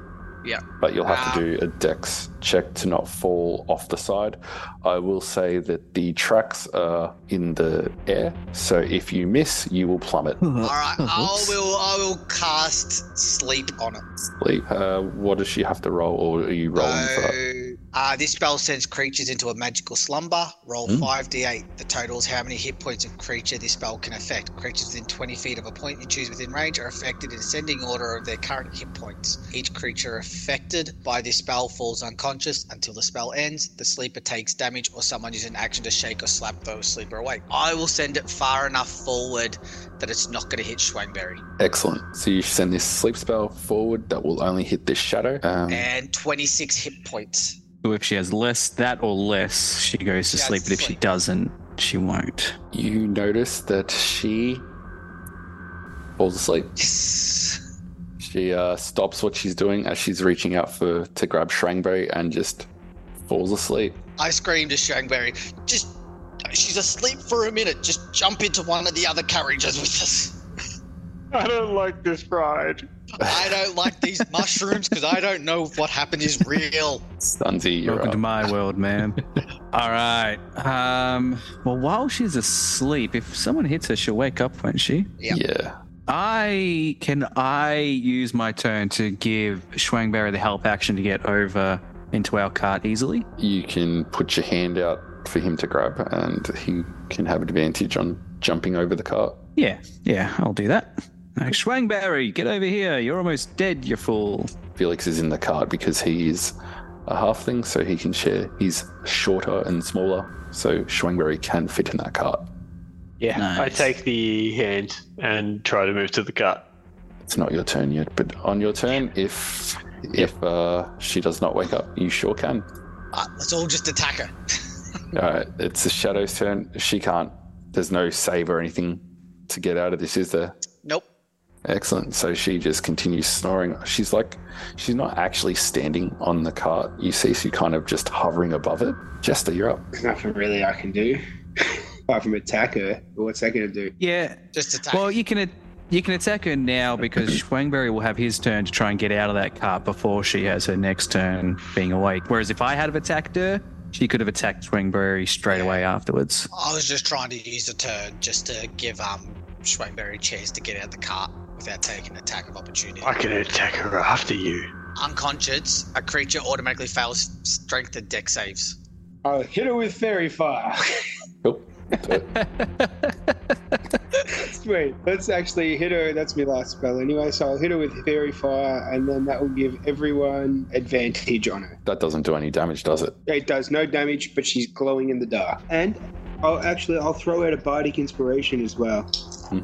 Speaker 5: Yeah. Uh,
Speaker 1: But you'll have to do a dex check to not fall off the side. I will say that the tracks are in the air, so if you miss, you will plummet.
Speaker 5: All right, I
Speaker 3: Uh, Oops.
Speaker 5: will. I will cast sleep on it.
Speaker 1: Sleep. Uh, what does she have to roll, or are you rolling for that?
Speaker 5: So, uh, this spell sends creatures into a magical slumber. Roll
Speaker 1: Hmm.
Speaker 5: 5d8. The total is how many hit points of creature this spell can affect. Creatures within 20 feet of a point you choose within range are affected in ascending order of their current hit points. Each creature affected by this spell falls unconscious until the spell ends. The sleeper takes damage, or someone uses an action to shake or slap the sleeper awake. I will send it far enough forward that it's not going to hit Schwangberry.
Speaker 1: Excellent. So you send this sleep spell forward that will only hit this shadow. Um,
Speaker 5: And 26 hit points.
Speaker 3: So if she has less that or less, she goes to
Speaker 5: Yeah,
Speaker 3: sleep. But if she
Speaker 5: sleep.
Speaker 3: doesn't, she won't.
Speaker 1: you notice that she falls asleep.
Speaker 5: Yes.
Speaker 1: She uh, stops what she's doing as she's reaching out for to grab Shrangberry and just falls asleep.
Speaker 5: I screamed to Shangberry, just she's asleep for a minute. Just jump into one of the other carriages with us.
Speaker 2: I don't like this ride.
Speaker 5: I don't like these mushrooms because I don't know if what happened is real.
Speaker 1: Stunzy, you're
Speaker 3: Welcome
Speaker 1: up.
Speaker 3: to my world, man. All right. Um, well, while she's asleep, if someone hits her, she'll wake up, won't she?
Speaker 5: Yeah.
Speaker 1: Yeah.
Speaker 3: I can I use my turn to give Schwangberry the help action to get over into our cart easily?
Speaker 1: You can put your hand out for him to grab, and he can have advantage on jumping over the cart.
Speaker 3: Yeah, yeah, I'll do that. Like, Schwangberry, get over here. You're almost dead, you fool.
Speaker 1: Felix is in the cart because he is a halfling, so he can share. He's shorter and smaller, so Schwangberry can fit in that cart.
Speaker 2: Yeah, I
Speaker 3: Nice.
Speaker 2: take the hand and try to move to the cart.
Speaker 1: It's not your turn yet, but on your turn, if if uh, she does not wake up, you sure can.
Speaker 5: Uh, let's all just attack her.
Speaker 1: All right, Uh, it's the shadow's turn. She can't. There's no save or anything to get out of this, is there?
Speaker 5: Nope.
Speaker 1: Excellent. So she just continues snoring. She's like, she's not actually standing on the cart. You see, she kind of just hovering above it. Jester, you're up.
Speaker 7: There's nothing really I can do. Apart from attack her. But what's that going to do?
Speaker 3: Yeah.
Speaker 5: Just attack.
Speaker 3: Well, you can you can attack her now because Schwangberry will have his turn to try and get out of that cart before she has her next turn being awake. Whereas if I had have attacked her, she could have attacked Schwangberry straight away afterwards.
Speaker 5: I was just trying to use a turn just to give um Schwangberry a chance to get out of the cart without taking an attack of opportunity.
Speaker 2: I can attack her after you.
Speaker 5: Unconscious, a creature automatically fails strength and deck saves.
Speaker 7: I'll hit her with fairy fire.
Speaker 1: Cool. Do it.
Speaker 7: Wait, let's actually hit her. That's my last spell anyway, so I'll hit her with Fairy Fire, and then that will give everyone advantage on her.
Speaker 1: that doesn't do any damage, does it?
Speaker 7: It does no damage, but she's glowing in the dark. And I'll actually I'll throw out a bardic inspiration as well.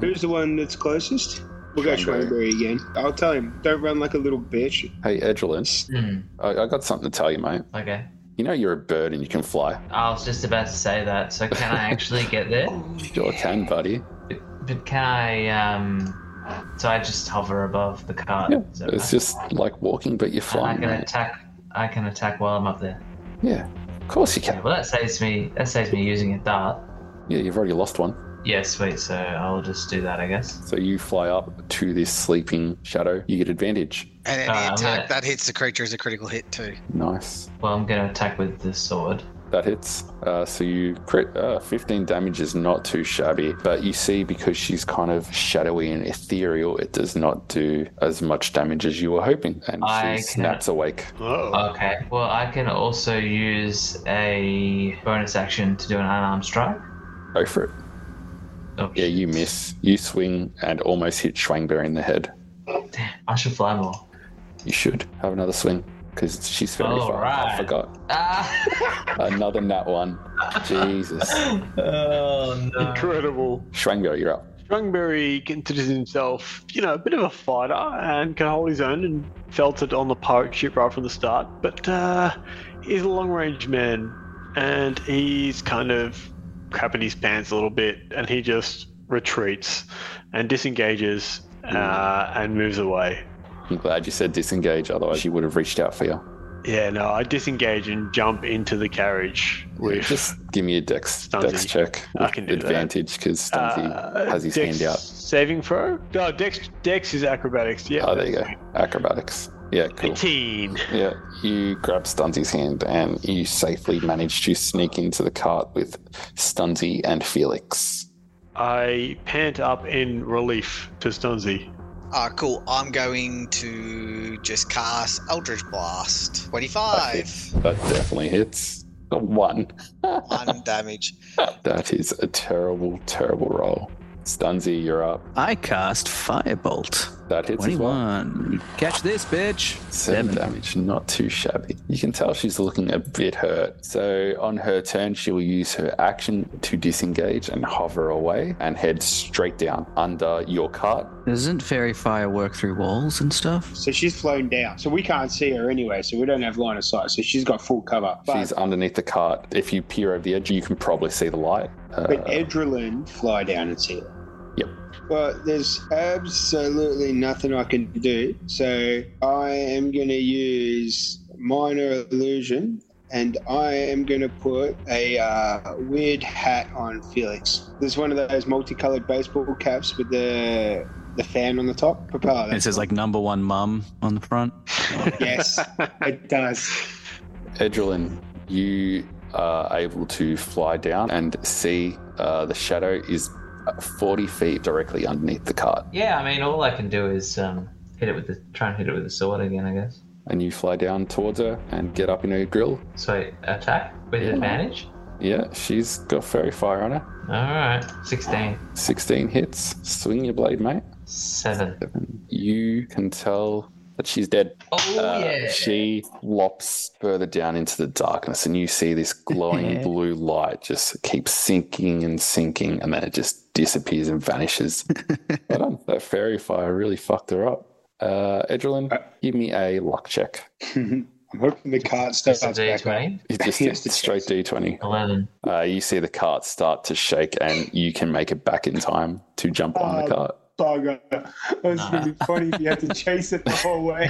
Speaker 7: Who's the one that's closest? We'll go
Speaker 1: Schwanberry.
Speaker 7: Schwanberry again. I'll tell him, don't run like a little bitch.
Speaker 1: Hey, Edgelin,
Speaker 4: Hmm.
Speaker 1: I, I got something to tell you, mate.
Speaker 4: Okay.
Speaker 1: You know you're a bird and you can fly.
Speaker 4: I was just about to say that. So can I actually get there?
Speaker 3: Oh
Speaker 1: Sure can, buddy.
Speaker 4: But, but can I? Um, so I just hover above the cart.
Speaker 1: Yeah,
Speaker 4: so
Speaker 1: it's just like walking, but you're
Speaker 4: I, I
Speaker 1: flying.
Speaker 4: can
Speaker 1: Mate.
Speaker 4: attack. I can attack while I'm up there.
Speaker 1: Yeah, of course you
Speaker 4: Yeah,
Speaker 1: can.
Speaker 4: well, that saves me. That saves me using a dart.
Speaker 1: Yeah, you've already lost one.
Speaker 4: Yeah, sweet. So I'll just do that, I guess.
Speaker 1: So you fly up to this sleeping shadow. You get advantage.
Speaker 5: And any
Speaker 4: Uh, I'm
Speaker 5: attack
Speaker 4: gonna-
Speaker 5: that hits the creature is a critical hit too.
Speaker 1: Nice.
Speaker 4: Well, I'm going to attack with the sword.
Speaker 1: That hits. Uh, so you crit uh, 15 damage is not too shabby, but you see because she's kind of shadowy and ethereal, it does not do as much damage as you were hoping, and
Speaker 4: I
Speaker 1: she
Speaker 4: can-
Speaker 1: snaps awake.
Speaker 2: Oh,
Speaker 4: Okay. Well, I can also use a bonus action to do an unarmed strike.
Speaker 1: Go for it.
Speaker 4: Oh,
Speaker 1: Yeah, you miss. You swing and almost hit Schwangbear in the head.
Speaker 4: I should fly more.
Speaker 1: You should have another swing because she's very
Speaker 4: All
Speaker 1: far. I
Speaker 4: right.
Speaker 1: forgot
Speaker 4: Ah!
Speaker 1: another nat one. Jesus,
Speaker 4: oh no.
Speaker 2: incredible.
Speaker 1: Schwangbear, you're up.
Speaker 2: Strongberry considers himself, you know, a bit of a fighter and can hold his own and felt it on the pirate ship right from the start. But uh, he's a long range man and he's kind of crapping his pants a little bit and he just retreats and disengages uh, and moves away.
Speaker 1: I'm glad you said disengage, otherwise she would have reached out for you.
Speaker 2: Yeah, no, I disengage and jump into the carriage with.
Speaker 1: Just give me a dex
Speaker 2: Stunzy.
Speaker 1: dex check.
Speaker 2: I can do that.
Speaker 1: advantage because Stunzy
Speaker 2: uh,
Speaker 1: has his
Speaker 2: Dex
Speaker 1: hand out.
Speaker 2: Saving throw? No, Dex, Dex is acrobatics. Yeah.
Speaker 1: Oh, there you go. Acrobatics. Yeah, cool.
Speaker 2: 18.
Speaker 1: Yeah, you grab Stunzy's hand and you safely manage to sneak into the cart with Stunzy and Felix.
Speaker 2: I pant up in relief to Stunzy.
Speaker 5: Ah, cool. I'm going to just cast Eldritch Blast. 25.
Speaker 1: That definitely hits. A One.
Speaker 5: One damage.
Speaker 1: That is a terrible, terrible roll. Stunzy, you're up.
Speaker 3: I cast Firebolt.
Speaker 1: That hits as well.
Speaker 3: 21. Catch this, bitch.
Speaker 1: Seven damage, not too shabby. You can tell she's looking a bit hurt. So on her turn, she will use her action to disengage and hover away and head straight down under your cart.
Speaker 3: Doesn't fairy fire work through walls and stuff?
Speaker 7: So she's flown down. So we can't see her anyway, so we don't have line of sight. So she's got full cover. But,
Speaker 1: She's underneath the cart. If you peer over the edge, you can probably see the light. Uh,
Speaker 7: but Edrelin fly down and see her.
Speaker 1: Yep.
Speaker 7: Well, there's absolutely nothing I can do. So I am going to use minor illusion, and I am going to put a uh, weird hat on Felix. There's one of those multicolored baseball caps with the the fan on the top. Propeller.
Speaker 3: And it says like number one mum on the front.
Speaker 7: yes, it does.
Speaker 1: Edrelin, you are able to fly down and see uh, the shadow is 40 feet directly underneath the cart.
Speaker 4: Yeah, I mean, all I can do is um, hit it with the try and hit it with the sword again, I guess.
Speaker 1: And you fly down towards her and get up in her grill.
Speaker 4: So I attack with
Speaker 1: Yeah.
Speaker 4: advantage.
Speaker 1: Yeah, she's got fairy fire on her.
Speaker 4: All right. 16.
Speaker 1: 16 hits. Swing your blade, mate.
Speaker 4: 7.
Speaker 1: Uh, You can tell that she's dead.
Speaker 4: Oh,
Speaker 1: Uh,
Speaker 4: yeah.
Speaker 1: She lops further down into the darkness, and you see this glowing blue light just keep sinking and sinking, and then it just disappears and vanishes. well done. That fairy fire really fucked her up. Uh, Edrelin, give me a luck check.
Speaker 7: I'm hoping the cart starts
Speaker 4: Just a
Speaker 7: back up.
Speaker 4: D20.
Speaker 1: It's just
Speaker 7: Yes,
Speaker 1: a straight d20.
Speaker 4: 11.
Speaker 1: Uh, you see the cart start to shake, and you can make it back in time to jump on the
Speaker 7: Oh.
Speaker 1: cart.
Speaker 7: Bugger. That was gonna be funny if you had to chase it the whole way.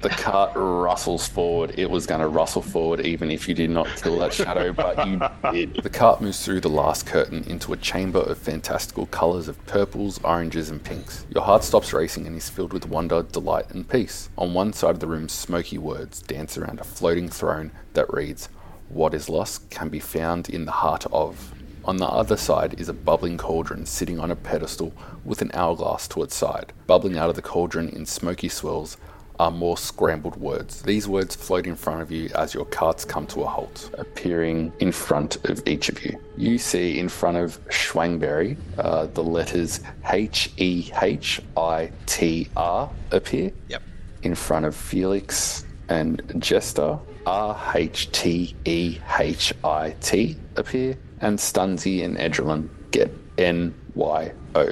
Speaker 1: The cart rustles forward. It was going to rustle forward even if you did not kill that shadow, but you did. The cart moves through the last curtain into a chamber of fantastical colours of purples, oranges, and pinks. Your heart stops racing and is filled with wonder, delight, and peace. On one side of the room, smoky words dance around a floating throne that reads, What is lost can be found in the heart of. On the other side is a bubbling cauldron sitting on a pedestal with an hourglass to its side. Bubbling out of the cauldron in smoky swirls are more scrambled words. These words float in front of you as your carts come to a halt, appearing in front of each of you. You see in front of Schwangberry uh, the letters H E H I T R appear.
Speaker 5: Yep.
Speaker 1: In front of Felix and Jester, R H T E H I T appear, and Stunzi and Edrelin get N Y O.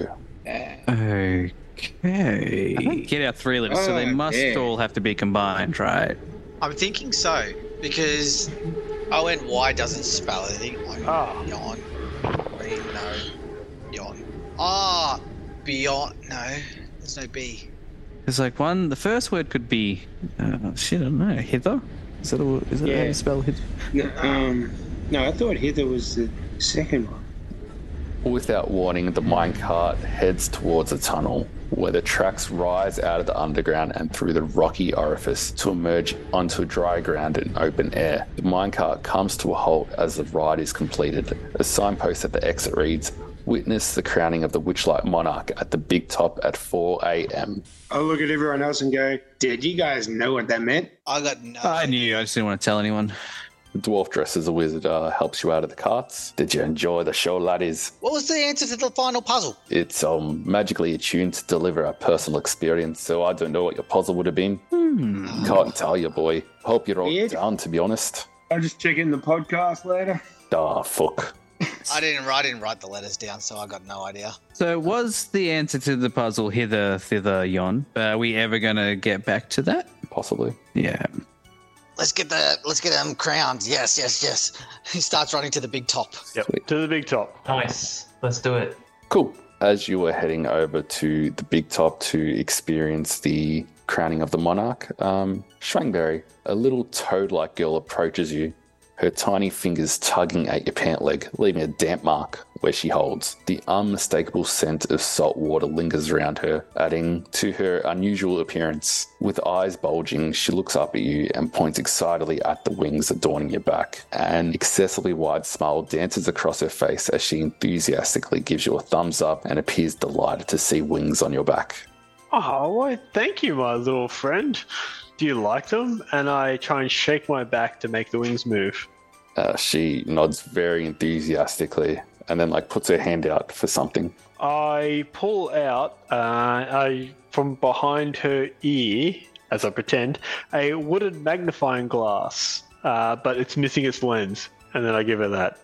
Speaker 3: Okay. Get our three letters, so they must
Speaker 7: Okay.
Speaker 3: all have to be combined, right?
Speaker 8: I'm thinking so because O N Y doesn't spell anything. Like
Speaker 2: Ah.
Speaker 8: yawn. We know yawn. Ah, beyond. No, there's no B.
Speaker 3: It's like one. The first word could be uh, shit. I don't know. Hither. Is that a, is that how
Speaker 7: Yeah.
Speaker 3: you spell hither?
Speaker 7: No, um, no, I thought hither was the second one.
Speaker 1: Without warning, the minecart heads towards a tunnel where the tracks rise out of the underground and through the rocky orifice to emerge onto dry ground and open air. The minecart comes to a halt as the ride is completed. A signpost at the exit reads, Witness the crowning of the Witchlight Monarch at the Big Top at 4 a.m.
Speaker 7: I look at everyone else and go, "Did you guys know what that meant?"
Speaker 8: I got no.
Speaker 3: I knew. I just didn't want to tell anyone.
Speaker 1: The dwarf dressed as a wizard uh, helps you out of the carts. Did you enjoy the show, laddies?
Speaker 8: What was the answer to the final puzzle?
Speaker 1: It's um, magically attuned to deliver a personal experience, so I don't know what your puzzle would have been.
Speaker 3: Hmm.
Speaker 1: Can't tell you, boy. Hope you're all
Speaker 7: Weird.
Speaker 1: down, to be honest.
Speaker 7: I'll just check in the podcast later.
Speaker 1: Ah, fuck.
Speaker 8: I didn't. I didn't write the letters down, so I got no idea.
Speaker 3: So was the answer to the puzzle hither, thither, yon? Are we ever gonna get back to that?
Speaker 1: Possibly.
Speaker 3: Yeah.
Speaker 8: Let's get the. Let's get them crowned. Yes, yes, yes. He starts running to the big top.
Speaker 2: To the big top.
Speaker 4: Nice. Let's do it.
Speaker 1: Cool. As you were heading over to the big top to experience the crowning of the monarch, um, Schwangberry, a little toad like girl, approaches you, her tiny fingers tugging at your pant leg, leaving a damp mark where she holds. The unmistakable scent of salt water lingers around her, adding to her unusual appearance. With eyes bulging, she looks up at you and points excitedly at the wings adorning your back. An excessively wide smile dances across her face as she enthusiastically gives you a thumbs up and appears delighted to see wings on your back.
Speaker 2: Oh, why, thank you, my little friend. Do you like them? And I try and shake my back to make the wings move.
Speaker 1: Uh, she nods very enthusiastically and then like puts her hand out for something.
Speaker 2: I pull out uh, I, from behind her ear, as I pretend, a wooden magnifying glass, uh, but it's missing its lens. And then I give her that.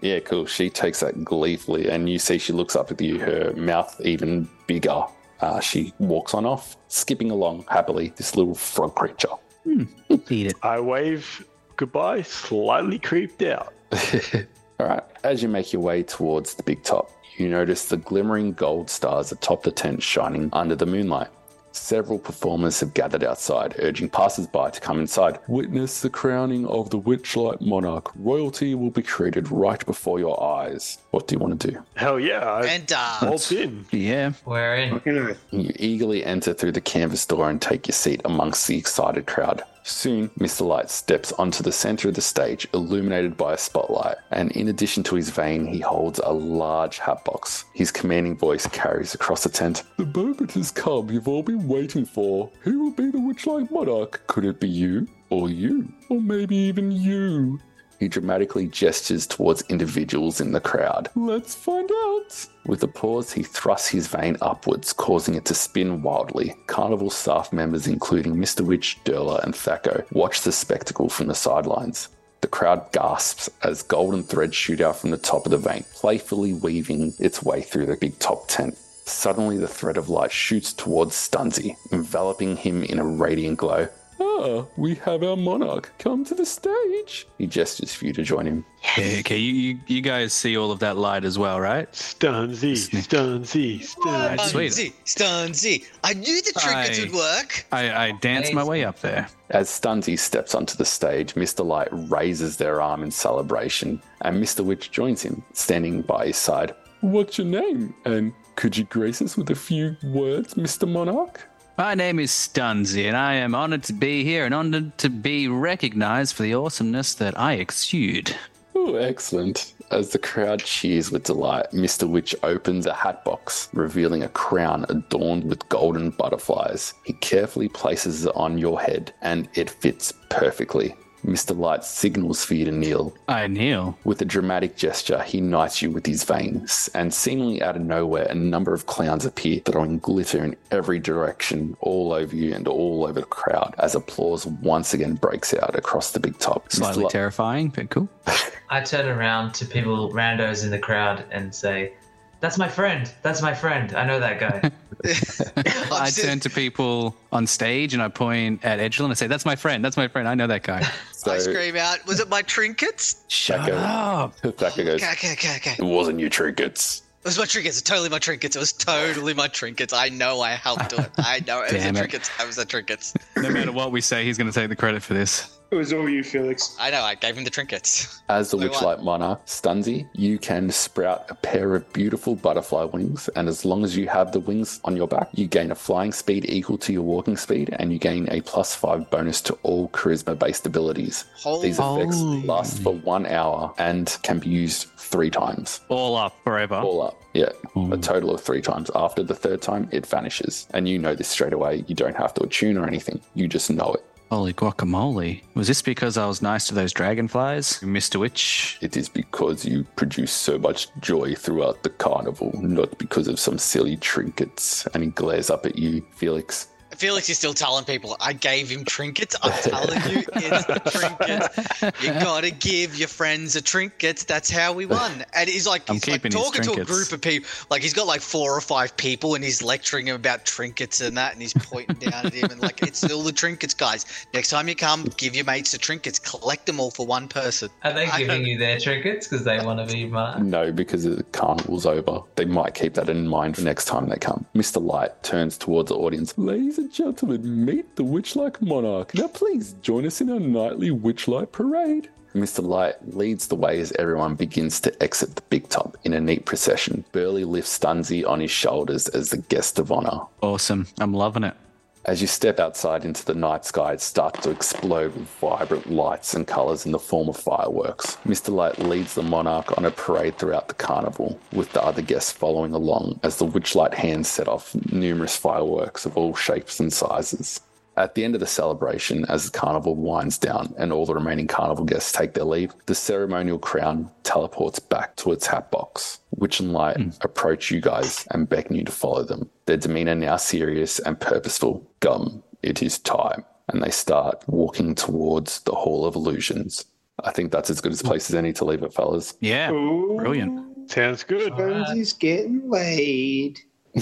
Speaker 1: Yeah, cool. She takes that gleefully, and you see she looks up at you, her mouth even bigger. Uh, she walks on off, skipping along happily, this little frog creature.
Speaker 3: Eat it.
Speaker 2: I wave goodbye, slightly creeped out.
Speaker 1: All right. As you make your way towards the big top, you notice the glimmering gold stars atop the tent shining under the moonlight. Several performers have gathered outside, urging passers-by to come inside. Witness the crowning of the witchlight monarch. Royalty will be created right before your eyes. What do you want to do?
Speaker 2: Hell yeah, I
Speaker 8: And uh,
Speaker 2: waltzed in.
Speaker 3: Yeah.
Speaker 4: We're in.
Speaker 7: Fucking oath.
Speaker 1: You eagerly enter through the canvas door and take your seat amongst the excited crowd. Soon, Mr. Light steps onto the center of the stage, illuminated by a spotlight, and in addition to his vein, he holds a large hat box. His commanding voice carries across the tent. The moment has come you've all been waiting for. Who will be the witch-like monarch? Could it be you? Or you? Or maybe even you? He dramatically gestures towards individuals in the crowd. Let's find out. With a pause, he thrusts his vein upwards, causing it to spin wildly. Carnival staff members, including Mr. Witch, Durla, and Thacko, watch the spectacle from the sidelines. The crowd gasps as golden threads shoot out from the top of the vein, playfully weaving its way through the big top tent. Suddenly, the thread of light shoots towards Stunzi, enveloping him in a radiant glow. Ah, we have our monarch. Come to the stage. He gestures for you to join him.
Speaker 3: Yeah, okay, you, you you guys see all of that light as well, right?
Speaker 2: Stunzy, Stunzy, Stunzy.
Speaker 3: That's sweet.
Speaker 5: Stunzy, Stunzy. I knew the trinkets
Speaker 3: Aye.
Speaker 5: would work.
Speaker 3: I, I dance my way up there.
Speaker 1: As Stunzy steps onto the stage, Mr. Light raises their arm in celebration, and Mr. Witch joins him, standing by his side. What's your name? And could you grace us with a few words, Mr. Monarch?
Speaker 3: My name is Stunzy, and I am honored to be here and honored to be recognized for the awesomeness that I exude.
Speaker 1: Oh, excellent. As the crowd cheers with delight, Mr. Witch opens a hat box, revealing a crown adorned with golden butterflies. He carefully places it on your head, and it fits perfectly. Mr. Light signals for you to kneel.
Speaker 3: I kneel.
Speaker 1: With a dramatic gesture, he knights you with his veins, and seemingly out of nowhere, a number of clowns appear, throwing glitter in every direction, all over you and all over the crowd, as applause once again breaks out across the big top. Mr.
Speaker 3: Slightly
Speaker 1: Light-
Speaker 3: terrifying, but cool.
Speaker 4: I turn around to people, randos in the crowd, and say, That's my friend. That's my friend. I know that guy.
Speaker 5: Oh,
Speaker 3: I turn to people on stage and I point at Edgelin and I say, That's my friend, that's my friend, I know that guy.
Speaker 1: so,
Speaker 5: I scream out, was it my trinkets?
Speaker 1: Shut
Speaker 3: up.
Speaker 1: Thacker goes,
Speaker 5: Okay, okay, okay, okay.
Speaker 1: It wasn't your trinkets.
Speaker 5: It was my trinkets. It was totally my trinkets. It was totally my trinkets. I know I helped do it. I know it was the
Speaker 3: Damn it.
Speaker 5: trinkets. It was the trinkets.
Speaker 3: No matter what we say, he's gonna take the credit for this.
Speaker 7: It was all you, Felix.
Speaker 5: I know. I gave him the trinkets.
Speaker 1: As the
Speaker 5: Wait,
Speaker 1: Witchlight Monarch Stunzy, you can sprout a pair of beautiful butterfly wings, and as long as you have the wings on your back, you gain a flying speed equal to your walking speed, and you gain a plus five bonus to all charisma based abilities.
Speaker 5: Holy
Speaker 1: These effects
Speaker 3: Holy.
Speaker 1: last for one hour and can be used three times.
Speaker 3: All up forever.
Speaker 1: All up. Yeah,
Speaker 3: Hmm.
Speaker 1: a total of three times. After the third time, it vanishes. And you know this straight away. You don't have to attune or anything. You just know it.
Speaker 3: Holy guacamole. Was this because I was nice to those dragonflies? Mr. Witch?
Speaker 1: It is because you produce so much joy throughout the carnival, not because of some silly trinkets. And he glares up at you, Felix.
Speaker 5: Felix is still telling people, I gave him trinkets. I'm telling you, it's the trinkets. You gotta give your friends a trinkets. That's how we won. And he's like,
Speaker 3: I'm
Speaker 5: he's like
Speaker 3: keeping his
Speaker 5: talking to a
Speaker 3: trinkets.
Speaker 5: group of people. Like he's got like four or five people, and he's lecturing them about trinkets and that, and he's pointing down at him and like, it's still the trinkets, guys. Next time you come, give your mates the trinkets. Collect them all for one person.
Speaker 4: Are they
Speaker 5: I
Speaker 4: giving you their trinkets because they want to be mine?
Speaker 1: No, because the carnival's over. They might keep that in mind for next time they come. Mr. Light turns towards the audience. Ladies and gentlemen, meet the Witchlight Monarch. Now please join us in our nightly Witchlight Parade. Mr. Light leads the way as everyone begins to exit the big top in a neat procession. Burley lifts Stunzy on his shoulders as the guest of honor.
Speaker 3: Awesome. I'm loving it.
Speaker 1: As you step outside into the night sky, it starts to explode with vibrant lights and colours in the form of fireworks. Mr. Light leads the monarch on a parade throughout the carnival, with the other guests following along as the witchlight hands set off numerous fireworks of all shapes and sizes. At the end of the celebration, as the carnival winds down and all the remaining carnival guests take their leave, the ceremonial crown teleports back to its hat box. Witch and Light approach you guys and beckon you to follow them. Their demeanor now serious and purposeful. Gum, it is time. And they start walking towards the Hall of Illusions. I think that's as good as place as any to leave it, fellas.
Speaker 3: Yeah.
Speaker 7: Ooh,
Speaker 3: Brilliant.
Speaker 2: Sounds good.
Speaker 7: Bunsy's getting laid.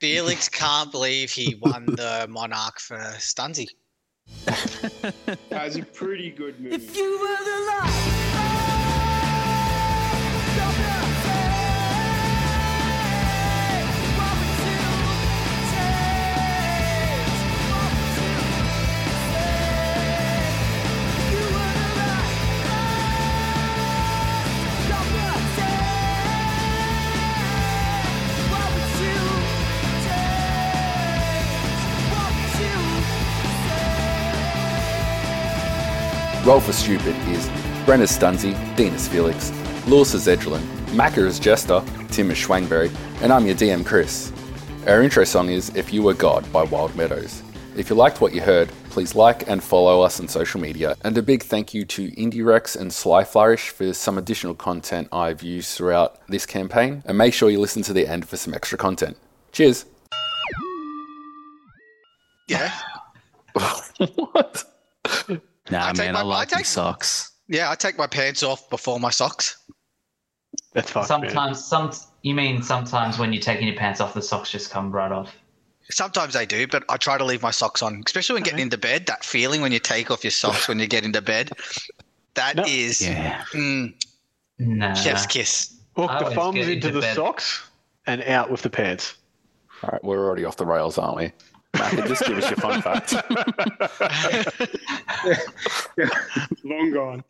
Speaker 5: Felix can't believe he won the monarch for Stunzy.
Speaker 7: That was a pretty good move.
Speaker 1: Roll for Stupid is Brenna Stunzi, Dean is Felix, Lewis is Edgelin, Macca is Jester, Tim is Schwangberry, and I'm your DM Chris. Our intro song is If You Were God by Wild Meadows. If you liked what you heard, please like and follow us on social media. And a big thank you to Indie Rex and Sly Flourish for some additional content I've used throughout this campaign. And make sure you listen to the end for some extra content. Cheers.
Speaker 5: Yeah.
Speaker 1: what?
Speaker 3: Nah,
Speaker 5: I take
Speaker 3: man, I
Speaker 5: my- I
Speaker 3: like
Speaker 5: take-
Speaker 3: these socks.
Speaker 5: Yeah, I take my pants off before my socks.
Speaker 2: That's fine.
Speaker 4: Sometimes, some you mean sometimes when you're taking your pants off, the socks just come right off.
Speaker 5: Sometimes I do, but I try to leave my socks on, especially when getting into bed. That feeling when you take off your socks when you get into bed. that
Speaker 2: No.
Speaker 5: is
Speaker 3: Yeah.
Speaker 5: mm,
Speaker 4: No.
Speaker 5: chef's kiss.
Speaker 2: Hook
Speaker 4: I
Speaker 2: the
Speaker 4: always
Speaker 2: thumbs
Speaker 4: get
Speaker 2: into the
Speaker 4: into bed.
Speaker 2: socks and out with the pants.
Speaker 1: All right, we're already off the rails, aren't we? Matt, just give us your fun fact.
Speaker 7: Long gone.